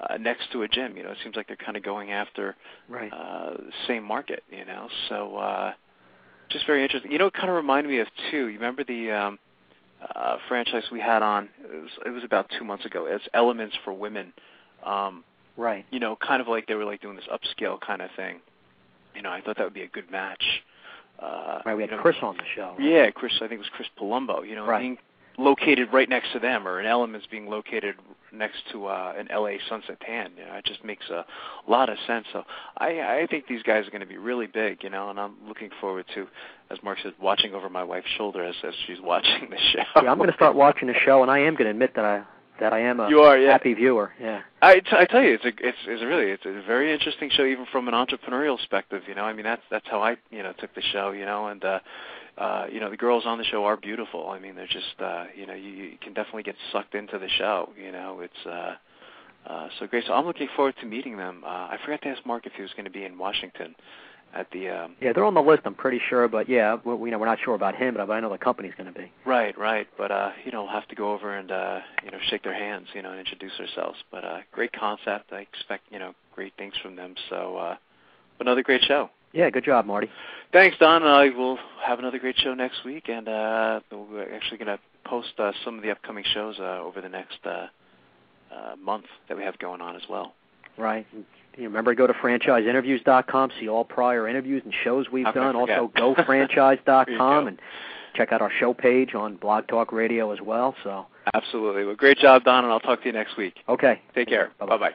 Speaker 2: uh next to a gym you know it seems like they're kind of going after
Speaker 3: right.
Speaker 2: uh the same market you know so uh just very interesting you know it kind of reminded me of too you remember the um uh franchise we had on it was, it was about two months ago it's elements for women um
Speaker 3: right.
Speaker 2: you know, kind of like they were like doing this upscale kind of thing. You know, I thought that would be a good match. Uh,
Speaker 3: Right. We had
Speaker 2: you know,
Speaker 3: Chris on the show. right?
Speaker 2: yeah, Chris. I think it was Chris Palumbo. You know,
Speaker 3: Right.
Speaker 2: being located right next to them, or an element's being located next to uh, an LA Sunset Tan. You know, it just makes a lot of sense. So I, I think these guys are going to be really big. You know, and I'm looking forward to, as Mark says, watching over my wife's shoulder as as she's watching the show.
Speaker 3: Yeah, I'm going to start watching the show, and I am going to admit that I that I am a
Speaker 2: You are, yeah.
Speaker 3: happy viewer. Yeah.
Speaker 2: I, t- I tell you, it's a, it's, it's a really, it's a very interesting show, even from an entrepreneurial perspective. You know, I mean, that's that's how I, you know, took the show. You know, and uh, uh, you know, the girls on the show are beautiful. I mean, they're just, uh, you know, you, you can definitely get sucked into the show. You know, it's uh, uh, so great. So I'm looking forward to meeting them. Uh, I forgot to ask Mark if he was going to be in Washington at the. Um,
Speaker 3: Yeah, they're on the list. I'm pretty sure, but yeah, we, we know we're not sure about him, but I know the company's going to be.
Speaker 2: Right, right, but uh, you know, we'll have to go over and uh, you know, shake their hands, you know, and introduce ourselves. But uh, great concept. I expect you know great things from them. So uh, another great show.
Speaker 3: Yeah. Good job, Marty.
Speaker 2: Thanks, Don. I will have another great show next week, and uh, we're actually going to post uh, some of the upcoming shows uh, over the next uh, uh, month that we have going on as well.
Speaker 3: Right. And You remember go to franchiseinterviews.com, see all prior interviews and shows we've
Speaker 2: How could I
Speaker 3: done. Also
Speaker 2: forget? There you go.
Speaker 3: gofranchise.com and check out our show page on Blog Talk Radio as well. So,
Speaker 2: Absolutely. Well, great job, Don, and I'll talk to you next week.
Speaker 3: okay.
Speaker 2: Take care.
Speaker 3: Bye-bye.
Speaker 2: bye.